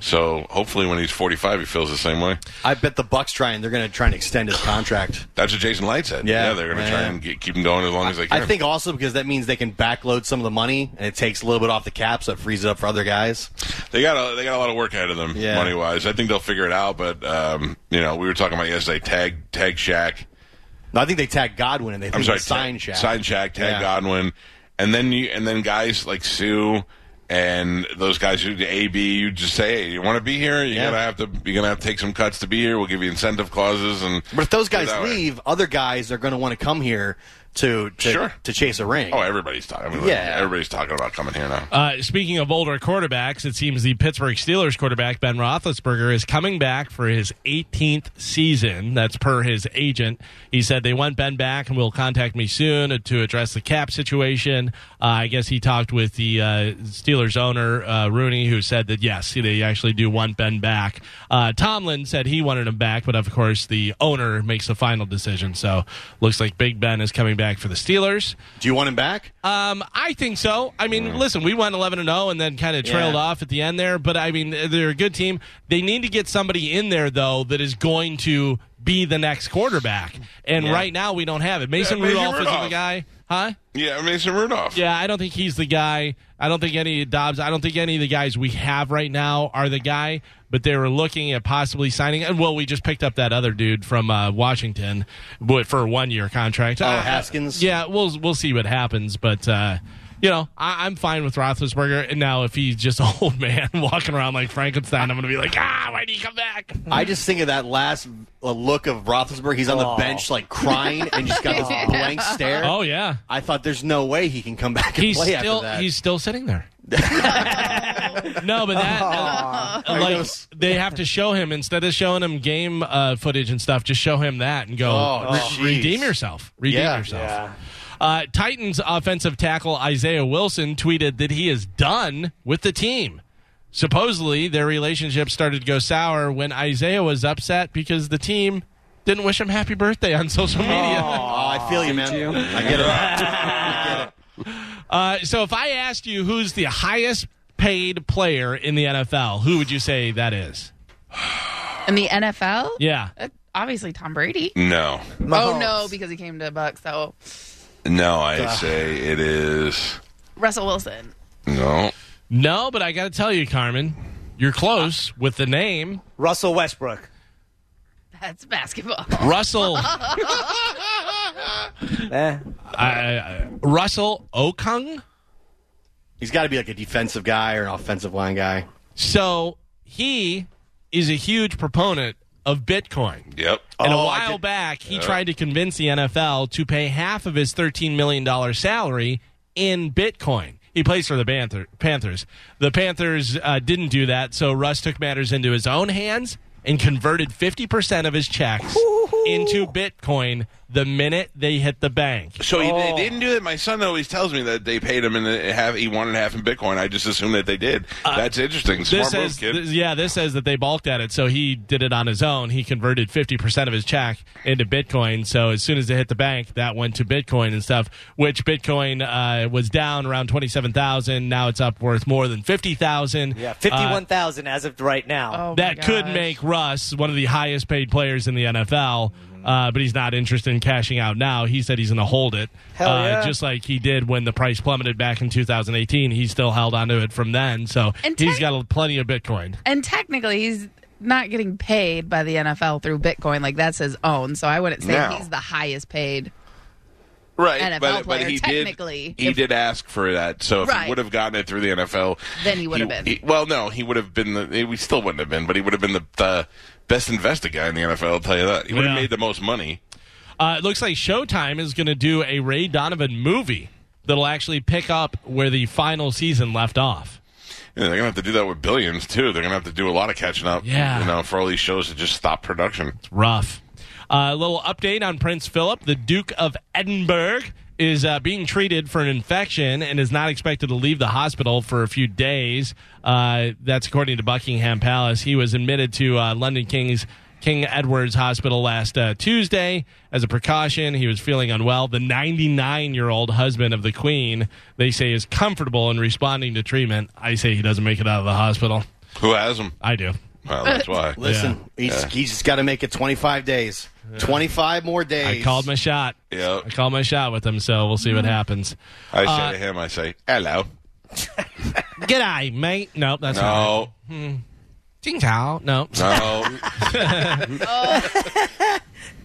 Speaker 2: So hopefully, when he's 45, he feels the same way.
Speaker 7: I bet the Bucks trying. They're going to try and extend his contract.
Speaker 2: That's what Jason Light said.
Speaker 7: Yeah.
Speaker 2: they're going to
Speaker 7: Yeah,
Speaker 2: try
Speaker 7: yeah.
Speaker 2: and get, keep him going as long as they can.
Speaker 7: I think also because that means they can backload some of the money, and it takes a little bit off the cap, so it frees it up for other guys.
Speaker 2: They got a, they got a lot of work ahead of them,
Speaker 7: Yeah.
Speaker 2: money wise. I think they'll figure it out. But um, you know, we were talking about yesterday. Tag tag Shaq.
Speaker 7: No, I think they tag Godwin and they
Speaker 2: I'm
Speaker 7: think
Speaker 2: sorry,
Speaker 7: they sign
Speaker 2: tag,
Speaker 7: Shaq.
Speaker 2: sign Shaq, tag
Speaker 7: Yeah.
Speaker 2: Godwin, and then you and then guys like Sue and those guys who AB. You just say, hey, you want to be here? You're
Speaker 7: Yeah.
Speaker 2: gonna have to you're gonna have to take some cuts to be here. We'll give you incentive clauses and.
Speaker 7: But if those
Speaker 2: do it
Speaker 7: guys
Speaker 2: that way.
Speaker 7: leave, other guys are going to want to come here to to,
Speaker 2: Sure.
Speaker 7: to chase a ring.
Speaker 2: oh, everybody's talking. I mean,
Speaker 7: Yeah.
Speaker 2: everybody's talking about coming here now.
Speaker 3: Uh, speaking of older quarterbacks, it seems the Pittsburgh Steelers quarterback Ben Roethlisberger is coming back for his 18th season. That's per his agent. He said they want Ben back and will contact me soon to address the cap situation. Uh, I guess he talked with the uh, Steelers owner uh, Rooney, who said that yes, they actually do want Ben back. Uh, Tomlin said he wanted him back, but of course the owner makes the final decision. So looks like Big Ben is coming back for the Steelers.
Speaker 7: Do you want him back?
Speaker 3: Um, I think so. I mean, listen, we went 11 and 0 and then kind of trailed
Speaker 7: Yeah.
Speaker 3: off at the end there, but I mean, they're a good team. They need to get somebody in there though that is going to be the next quarterback. And
Speaker 2: Yeah.
Speaker 3: right now we don't have it. Mason,
Speaker 2: Yeah, Mason
Speaker 3: Rudolph, isn't the
Speaker 2: Rudolph.
Speaker 3: guy, huh?
Speaker 2: Yeah, Mason Rudolph.
Speaker 3: Yeah, I don't think he's the guy. I don't think any of Dobbs. I don't think any of the guys we have right now are the guy. But they were looking at possibly signing. And well, we just picked up that other dude from uh, Washington but for a one year contract. Oh,
Speaker 7: Haskins?
Speaker 3: Yeah, we'll we'll see what happens. But uh, you know, I, I'm fine with Roethlisberger. And now if he's just an old man walking around like Frankenstein, I'm going to be like, ah, why do you come back?
Speaker 7: I just think of that last uh, look of Roethlisberger. He's on the
Speaker 3: Oh.
Speaker 7: bench, like crying, and just got this blank stare.
Speaker 3: Oh yeah,
Speaker 7: I thought there's no way he can come back and
Speaker 3: he's
Speaker 7: play
Speaker 3: still
Speaker 7: after that.
Speaker 3: he's still sitting there. no, but that uh,
Speaker 7: There
Speaker 3: like
Speaker 7: goes-
Speaker 3: they have to show him instead of showing him game uh, footage and stuff, just show him that and go
Speaker 7: Oh,
Speaker 3: "Re-
Speaker 7: jeez.
Speaker 3: redeem yourself, redeem
Speaker 7: Yeah.
Speaker 3: yourself. Uh, Titans offensive tackle Isaiah Wilson tweeted that he is done with the team. Supposedly, their relationship started to go sour when Isaiah was upset because the team didn't wish him happy birthday on social media.
Speaker 7: oh, I feel you, man. I get it.
Speaker 3: Uh, so if I asked you who's the highest paid player in the NFL, who would you say that is?
Speaker 6: In the NFL?
Speaker 3: Yeah.
Speaker 6: Uh, Obviously, Tom Brady.
Speaker 2: No,
Speaker 6: Oh, no, because he came to Bucks. So,
Speaker 2: no, I say it is
Speaker 6: Russell Wilson.
Speaker 2: no.
Speaker 3: No, but I got to tell you, Carmen, you're close with the name
Speaker 4: Russell Westbrook.
Speaker 6: That's basketball.
Speaker 3: Russell.
Speaker 4: Eh.
Speaker 3: I- I- Russell Okung.
Speaker 7: He's got to be like a defensive guy or an offensive line guy.
Speaker 3: So he is a huge proponent of Bitcoin.
Speaker 2: Yep.
Speaker 3: And
Speaker 7: Oh,
Speaker 3: a
Speaker 7: I
Speaker 3: while
Speaker 7: did-
Speaker 3: back, he
Speaker 2: Yeah.
Speaker 3: tried to convince the NFL to pay half of his $13 million salary in Bitcoin. He plays for the Panther- Panthers. The Panthers uh, didn't do that, so Russ took matters into his own hands and converted 50% of his checks into Bitcoin the minute they hit the bank.
Speaker 2: So he, they didn't do that. My son always tells me that they paid him and half. He wanted half in Bitcoin. I just assumed that they did. That's interesting. Smart
Speaker 3: Uh, This
Speaker 2: move,
Speaker 3: says,
Speaker 2: kid.
Speaker 3: th- yeah, this says that they balked at it, so he did it on his own. He converted fifty percent of his check into Bitcoin. So as soon as it hit the bank, that went to Bitcoin and stuff. Which Bitcoin uh, was down around twenty seven thousand. Now it's up worth more than fifty thousand. Uh,
Speaker 4: Yeah, 51,000 as of right now.
Speaker 6: Oh, my
Speaker 3: that could
Speaker 6: gosh.
Speaker 3: make Russ one of the highest paid players in the NFL. Uh, but he's not interested in cashing out now. He said he's going to hold it,
Speaker 4: Hell
Speaker 3: uh,
Speaker 4: yeah.
Speaker 3: just like he did when the price plummeted back in 2018. He still held onto it from then, so
Speaker 6: And
Speaker 3: he's
Speaker 6: tech-
Speaker 3: got a- plenty of Bitcoin.
Speaker 6: And technically, he's not getting paid by the NFL through Bitcoin. Like, that's his own. So, I wouldn't say
Speaker 2: No.
Speaker 6: he's the highest paid.
Speaker 2: right,
Speaker 6: NFL
Speaker 2: but,
Speaker 6: player,
Speaker 2: but he
Speaker 6: technically,
Speaker 2: did. He
Speaker 6: if-
Speaker 2: did ask for that. So if
Speaker 6: Right.
Speaker 2: he would have gotten it through the NFL,
Speaker 6: Then he would have been.
Speaker 2: he- well, no, he would have been. The, he- we still wouldn't have been, but he would have been the, the best invested guy in the NFL. I'll tell you that. He would have
Speaker 3: Yeah.
Speaker 2: made the most money.
Speaker 3: Uh, it looks like Showtime is going to do a Ray Donovan movie that'll actually pick up where the final season left off.
Speaker 2: Yeah, they're gonna have to do that with billions too. They're gonna have to do a lot of catching up.
Speaker 3: Yeah.
Speaker 2: you know, for all these shows to just stop production.
Speaker 3: It's rough. Uh, A little update on Prince Philip, the Duke of Edinburgh. Is uh, being treated for an infection and is not expected to leave the hospital for a few days. Uh, that's according to Buckingham Palace. He was admitted to uh, London King's King Edward's Hospital last uh, Tuesday as a precaution. He was feeling unwell. The 99 year old husband of the Queen, they say, is comfortable in responding to treatment. I say he doesn't make it out of the hospital.
Speaker 2: Who has them?
Speaker 3: I do.
Speaker 2: Well, that's why.
Speaker 7: Listen, he's,
Speaker 2: Yeah.
Speaker 7: he's just got to make it 25 days. 25 more days.
Speaker 3: I called my shot.
Speaker 2: Yeah.
Speaker 3: I called my shot with him, so we'll see what happens.
Speaker 2: I say
Speaker 3: Uh,
Speaker 2: to him, I say, hello.
Speaker 3: G'day, mate. Nope, that's not.
Speaker 2: no,
Speaker 3: Ding tao. No.
Speaker 2: no.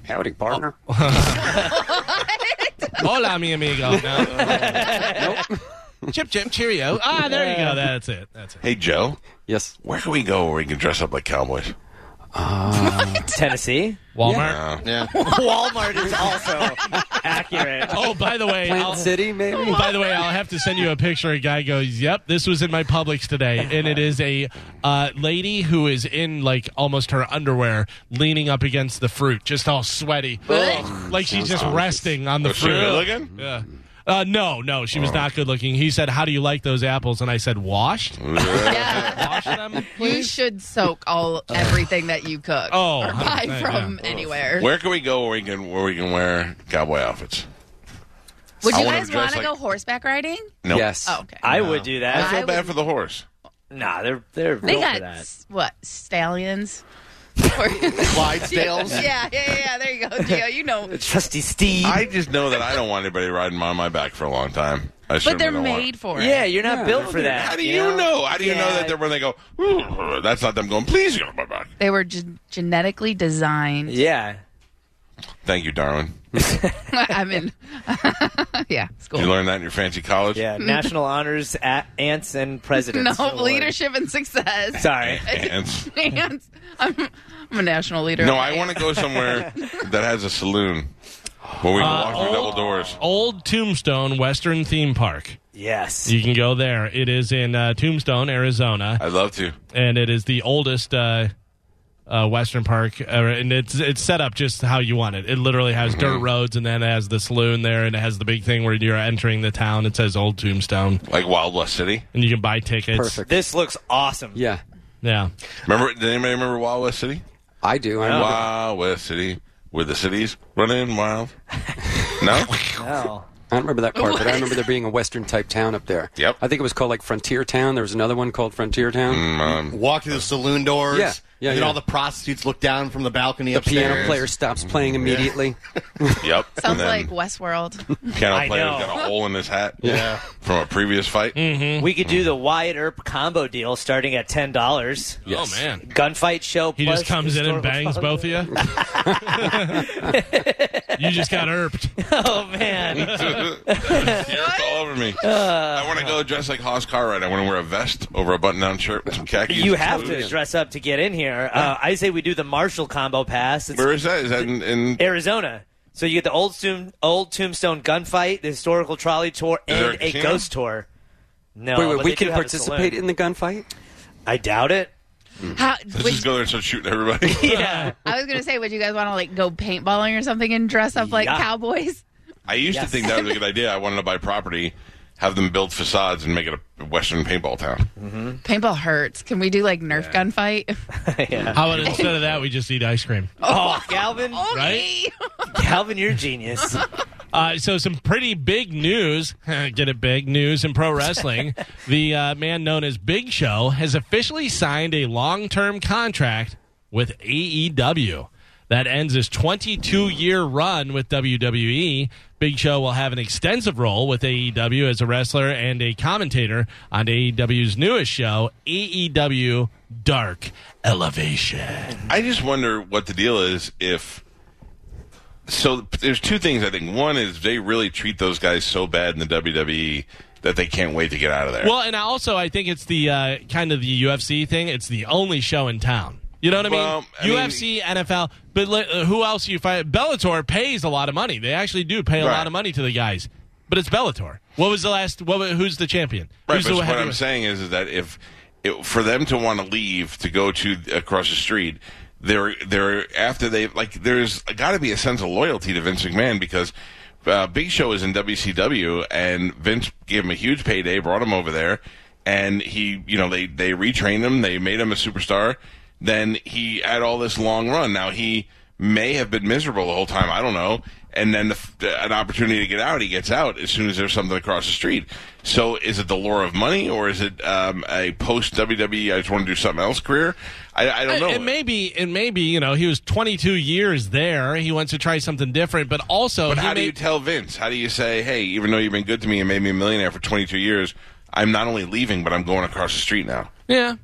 Speaker 5: Howdy, partner.
Speaker 3: Hola, mi amigo. No. Chip, chip, cheerio. Ah, there you go. That's it. That's it.
Speaker 2: Hey, Joe.
Speaker 5: Yes.
Speaker 2: Where can we go where we can dress up like cowboys?
Speaker 7: Oh.
Speaker 4: Tennessee.
Speaker 3: Walmart.
Speaker 2: Uh,
Speaker 7: Yeah.
Speaker 4: Walmart is also accurate.
Speaker 3: Oh, by the way,
Speaker 5: Plant
Speaker 3: I'll-
Speaker 5: City, maybe?
Speaker 6: Oh,
Speaker 3: By the way, I'll have to send you a picture. A guy goes, "Yep, this was in my Publix today," and it is a uh, lady who is in like almost her underwear, leaning up against the fruit, just all sweaty, like she's just resting on the
Speaker 2: Was Oh, she
Speaker 3: fruit.
Speaker 2: good looking?
Speaker 3: Yeah. Uh, no, no, she was not good looking. He said, "How do you like those apples?" And I said, "Washed."
Speaker 6: Yeah.
Speaker 3: Wash them,
Speaker 6: You
Speaker 3: please.
Speaker 6: should soak all
Speaker 2: Oh.
Speaker 6: everything that you cook
Speaker 3: Oh,
Speaker 6: or buy
Speaker 3: 100%,
Speaker 6: from anywhere.
Speaker 2: where can we go where we can where we can wear cowboy outfits?
Speaker 6: Would
Speaker 2: I
Speaker 6: you
Speaker 2: wanna
Speaker 6: guys
Speaker 2: dress
Speaker 6: want to
Speaker 2: like-
Speaker 6: go horseback riding?
Speaker 2: No.
Speaker 5: Yes.
Speaker 6: Oh, okay.
Speaker 4: I would do
Speaker 2: I
Speaker 4: that.
Speaker 2: feel
Speaker 6: I
Speaker 2: bad
Speaker 6: would-
Speaker 2: for the horse.
Speaker 4: Nah, they're they're
Speaker 6: They
Speaker 4: built for
Speaker 6: got
Speaker 4: that.
Speaker 6: s- what stallions?
Speaker 7: Clydesdales.
Speaker 6: yeah, yeah, yeah, yeah. There you go, Gio. You know,
Speaker 4: Trusty Steve.
Speaker 2: I just know that I don't want anybody riding on my back for a long time. I
Speaker 6: but
Speaker 2: certainly
Speaker 6: they're
Speaker 2: don't want-
Speaker 6: made for it.
Speaker 4: yeah, you're not built for that.
Speaker 2: How do you know? How do you know
Speaker 4: Yeah.
Speaker 2: that they're when they go? "Ooh," That's not them going. Please get on my back.
Speaker 6: They were ge- genetically designed.
Speaker 4: Yeah.
Speaker 2: Thank you, Darwin.
Speaker 6: I mean, yeah, school.
Speaker 2: You learned that in your fancy college.
Speaker 4: Yeah, National Honors at Ants and
Speaker 6: No,
Speaker 4: Presidents. Award.
Speaker 6: leadership and success.
Speaker 4: Sorry.
Speaker 2: Ants.
Speaker 6: I'm, I'm a national leader.
Speaker 2: No, I want to go somewhere that has a saloon where we can walk through double doors.
Speaker 3: Old Tombstone Western Theme Park.
Speaker 4: Yes.
Speaker 3: You can go there. It is in uh, Tombstone, Arizona.
Speaker 2: I'd love to.
Speaker 3: and it is the oldest uh, uh, Western Park, uh, and it's it's set up just how you want it. It literally has dirt roads, and then it has the saloon there, and it has the big thing where you're entering the town. It says Old Tombstone,
Speaker 2: Like Wild West City.
Speaker 3: and you can buy tickets.
Speaker 5: Perfect.
Speaker 4: This looks awesome.
Speaker 5: Yeah.
Speaker 3: Yeah,
Speaker 2: Remember? Did anybody remember Wild West City?
Speaker 5: I do.
Speaker 6: Oh,
Speaker 5: I remember-
Speaker 2: Wild West City, where the cities running wild. No.
Speaker 4: No.
Speaker 5: I don't remember that part, but I remember there being a Western type town up there.
Speaker 2: Yep.
Speaker 5: I think it was called like Frontier Town. There was another one called Frontier Town.
Speaker 7: Walk through the saloon doors.
Speaker 5: Yeah, yeah,
Speaker 7: and then
Speaker 5: yeah.
Speaker 7: all the prostitutes look down from the balcony
Speaker 5: The
Speaker 7: upstairs.
Speaker 5: piano player stops playing immediately.
Speaker 2: Yep.
Speaker 6: Sounds
Speaker 2: and then
Speaker 6: like Westworld.
Speaker 2: piano
Speaker 4: I
Speaker 2: player's
Speaker 4: know. Mm.
Speaker 2: got a hole in his hat.
Speaker 7: Yeah.
Speaker 2: From a previous fight.
Speaker 4: We could do the Wyatt Earp combo deal starting at ten dollars.
Speaker 3: oh man.
Speaker 4: Gunfight show.
Speaker 3: He
Speaker 4: plus
Speaker 3: just comes in and bangs
Speaker 4: historical-
Speaker 3: both of you. you just got erped.
Speaker 4: Oh man.
Speaker 2: You're all over me.
Speaker 4: Uh.
Speaker 2: I want to go dress like Haas Cartwright. I want to wear a vest over a button-down shirt with some khakis.
Speaker 4: You have to dress up to get in here. Uh, I say we do the Marshall combo pass. It's
Speaker 2: Where is that? Is that in? in
Speaker 4: Arizona. So you get the old tomb, old tombstone gunfight, the historical trolley tour,
Speaker 2: there
Speaker 4: and a
Speaker 2: a casino?
Speaker 4: ghost tour. No,
Speaker 5: wait,
Speaker 4: but
Speaker 5: wait, we
Speaker 4: they do
Speaker 5: can
Speaker 4: have a saloon.
Speaker 5: participate in the gunfight?
Speaker 4: I doubt it.
Speaker 6: How,
Speaker 2: let's
Speaker 6: would,
Speaker 2: just go there and start shooting everybody.
Speaker 4: Yeah.
Speaker 6: I was gonna say, would you guys want to like go paintballing or something and dress up like
Speaker 4: Yeah.
Speaker 6: cowboys?
Speaker 2: I used to
Speaker 4: Yes.
Speaker 2: think that was a good idea. I wanted to buy property, have them build facades, and make it a Western paintball town.
Speaker 6: Paintball hurts. Can we do like Nerf gun fight?
Speaker 3: How about instead of that, we just eat ice cream?
Speaker 4: oh, Galvin,
Speaker 6: Okay.
Speaker 4: Galvin, you're a genius.
Speaker 3: Uh, so some pretty big news. Get it? Big news in pro wrestling. the uh, man known as Big Show has officially signed a long-term contract with AEW. That ends his 22-year run with WWE. Big Show will have an extensive role with AEW as a wrestler and a commentator on AEW's newest show, AEW Dark Elevation.
Speaker 2: I just wonder what the deal is if. So there's two things I think. One is they really treat those guys so bad in the WWE that they can't wait to get out of there.
Speaker 3: Well, and I also I think it's the uh, kind of the UFC thing. It's the only show in town. You know what I mean?
Speaker 2: Well, I mean-
Speaker 3: UFC, NFL, but li- uh, who else you fight? Bellator pays a lot of money. They actually do pay a
Speaker 2: Right.
Speaker 3: lot of money to the guys, but it's Bellator. What was the last? What, wa- who's the champion?
Speaker 2: Right,
Speaker 3: who's
Speaker 2: but
Speaker 3: the
Speaker 2: what I'm
Speaker 3: heavyweight-
Speaker 2: saying is, is that if it, for them to want to leave to go to across the street, they're they're after they like there's got to be a sense of loyalty to Vince McMahon because uh, Big Show is in WCW and Vince gave him a huge payday, brought him over there, and he you know they they retrained him, they made him a superstar. Then he had all this long run. Now he may have been miserable the whole time. I don't know. and then the, f- an opportunity to get out, he gets out as soon as there's something across the street. So is it the lure of money, or is it um, a post WWE? I just want to do something else career. I, I don't know.
Speaker 3: It, it may be, it may be, you know, he was 22 years there. He wants to try something different, but also.
Speaker 2: But
Speaker 3: he
Speaker 2: how do
Speaker 3: may-
Speaker 2: you tell Vince? How do you say, hey, even though you've been good to me and made me a millionaire for 22 years, I'm not only leaving, but I'm going across the street now?
Speaker 3: Yeah.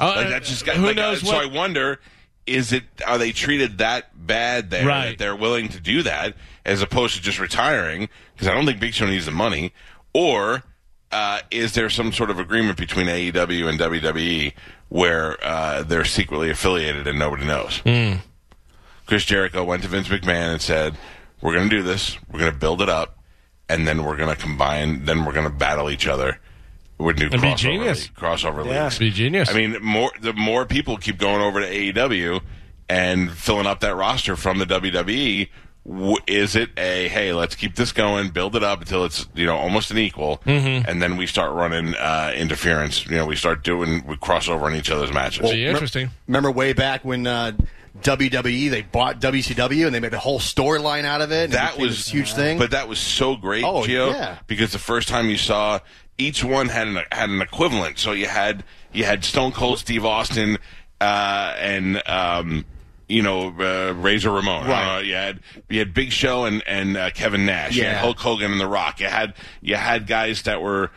Speaker 3: Uh,
Speaker 2: like that just got,
Speaker 3: who
Speaker 2: like, uh,
Speaker 3: knows
Speaker 2: So
Speaker 3: what-
Speaker 2: I wonder, is it are they treated that bad there
Speaker 3: Right.
Speaker 2: that they're willing to do that as opposed to just retiring? Because I don't think Big Show needs the money. Or uh, is there some sort of agreement between AEW and WWE where uh, they're secretly affiliated and nobody knows?
Speaker 3: Hmm.
Speaker 2: Chris Jericho went to Vince McMahon and said, "We're going to do this. We're going to build it up, and then we're going to combine. Then we're going to battle each other with new
Speaker 3: It'd be
Speaker 2: crossover
Speaker 3: genius.
Speaker 2: league- crossover
Speaker 3: Yeah.
Speaker 2: leagues.
Speaker 3: Be genius.
Speaker 2: I mean, more the more people keep going over to AEW and filling up that roster from the WWE. W- is it a hey? Let's keep this going, build it up until it's you know almost an equal,
Speaker 3: Mhm.
Speaker 2: and then we start running uh, interference. You know, we start doing we cross over in each other's matches.
Speaker 7: Well, rem- Remember way back when uh, WWE they bought WCW and they made a whole storyline out of it. And it
Speaker 2: that
Speaker 7: became
Speaker 2: was
Speaker 7: this huge thing.
Speaker 2: But that was so great,
Speaker 7: Oh,
Speaker 2: Gio,
Speaker 7: yeah.
Speaker 2: because the first time you saw each one had an had an equivalent. So you had you had Stone Cold Steve Austin uh, and um, you know uh, Razor Ramon.
Speaker 7: Right.
Speaker 2: Uh, you had you had Big Show and and uh, Kevin Nash. You had
Speaker 7: Yeah.
Speaker 2: Hulk Hogan and The Rock. You had you had guys that were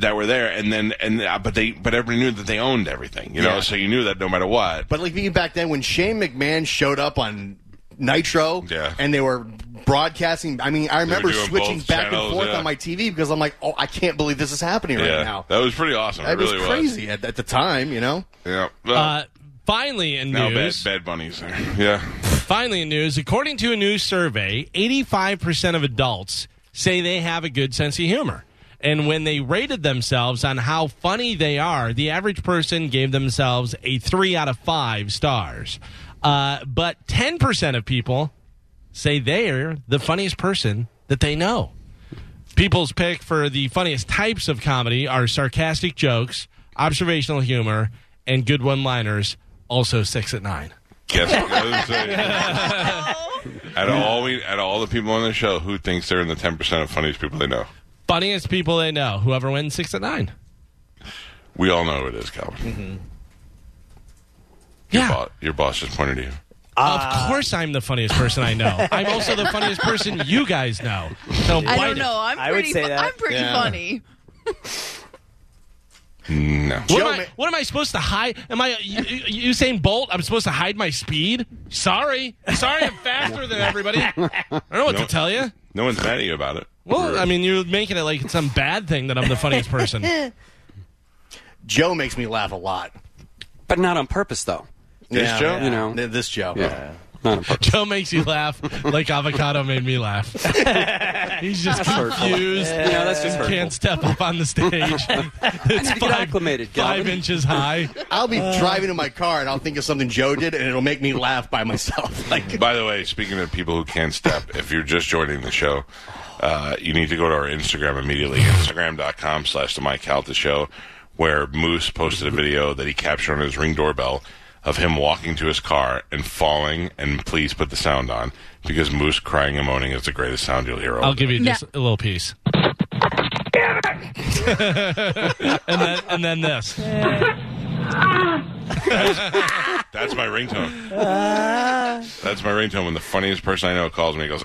Speaker 2: that were there, and then and uh, but they but everybody knew that they owned everything. You know,
Speaker 7: Yeah.
Speaker 2: so you knew that no matter what.
Speaker 7: But like even back then, when Shane McMahon showed up on Nitro,
Speaker 2: Yeah.
Speaker 7: and they were broadcasting. I mean, I
Speaker 2: were
Speaker 7: remember
Speaker 2: doing
Speaker 7: switching
Speaker 2: both
Speaker 7: back
Speaker 2: channels,
Speaker 7: and forth
Speaker 2: yeah.
Speaker 7: on my TV because I'm like, oh, I can't believe this is happening right now.
Speaker 2: that was pretty awesome.
Speaker 7: That
Speaker 2: it really
Speaker 7: was crazy at, at the time, you know.
Speaker 2: Yeah.
Speaker 3: Uh, finally, in
Speaker 2: now bad,
Speaker 3: news.
Speaker 2: bad bunnies. There. Yeah.
Speaker 3: Finally, in news, according to a new survey, 85% of adults say they have a good sense of humor. And when they rated themselves on how funny they are, the average person gave themselves a three out of five stars. Uh, but 10% of people say they're the funniest person that they know. People's pick for the funniest types of comedy are sarcastic jokes, observational humor, and good one liners, also six at nine.
Speaker 2: Guess what I was saying. Out of all we, out of all the people on the show, who thinks they're in the ten percent of funniest people they know?
Speaker 3: Funniest people they know. Whoever wins six at nine.
Speaker 2: We all know who it is, Calvin. Your, boss, your boss just pointed at you.
Speaker 6: Uh,
Speaker 3: of course, I'm the funniest person I know. I'm also the funniest person you guys know. So
Speaker 6: I
Speaker 3: bite
Speaker 6: don't
Speaker 3: it.
Speaker 6: know. I'm
Speaker 3: I would
Speaker 6: pretty.
Speaker 3: say
Speaker 6: fu-
Speaker 3: that.
Speaker 6: I'm pretty
Speaker 3: Yeah.
Speaker 6: funny.
Speaker 2: No.
Speaker 3: What am, I, what am I supposed to hide? Am I U- U- Usain Bolt? I'm supposed to hide my speed? Sorry, sorry, I'm faster than everybody. I don't know what
Speaker 2: No-
Speaker 3: to tell you.
Speaker 2: No one's mad at you about it.
Speaker 3: Well, I mean, you're making it like it's some bad thing that I'm the funniest person.
Speaker 7: Joe makes me laugh a lot.
Speaker 5: But not on purpose, though.
Speaker 7: This
Speaker 5: Joe? You know.
Speaker 7: this Joe.
Speaker 5: Yeah. Not on purpose.
Speaker 3: Joe makes you laugh like avocado made me laugh. He's just
Speaker 5: That's hurtful.
Speaker 3: confused.
Speaker 5: Yeah, that's just hurtful.
Speaker 3: Can't step up on the stage. it's
Speaker 5: to get acclimated,
Speaker 3: five
Speaker 5: Calvin.
Speaker 3: inches high.
Speaker 7: I'll be driving in my car and I'll think of something Joe did, and it'll make me laugh by myself. Like,
Speaker 2: By the way, speaking of people who can't step, if you're just joining the show, uh, you need to go to our Instagram immediately, instagram.com slash the Mike Calta Show, where Moose posted a video that he captured on his ring doorbell of him walking to his car and falling, and please put the sound on, because Moose crying and moaning is the greatest sound you'll hear. all
Speaker 3: I'll
Speaker 2: day.
Speaker 3: give you just a little piece. and then and then this.
Speaker 2: That's my ringtone. That's my ringtone when the funniest person I know calls me and goes,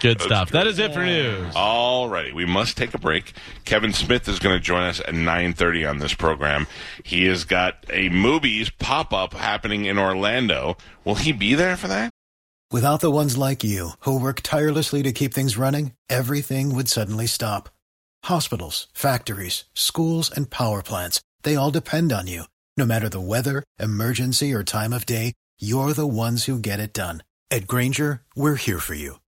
Speaker 3: Good stuff. That is it for news.
Speaker 2: Alrighty, we must take a break. Kevin Smith is going to join us at 9.30 on this program. He has got a movies pop-up happening in Orlando. Will he be there for that?
Speaker 13: Without the ones like you, who work tirelessly to keep things running, everything would suddenly stop. Hospitals, factories, schools, and power plants, they all depend on you. No matter the weather, emergency, or time of day, you're the ones who get it done. At Granger, we're here for you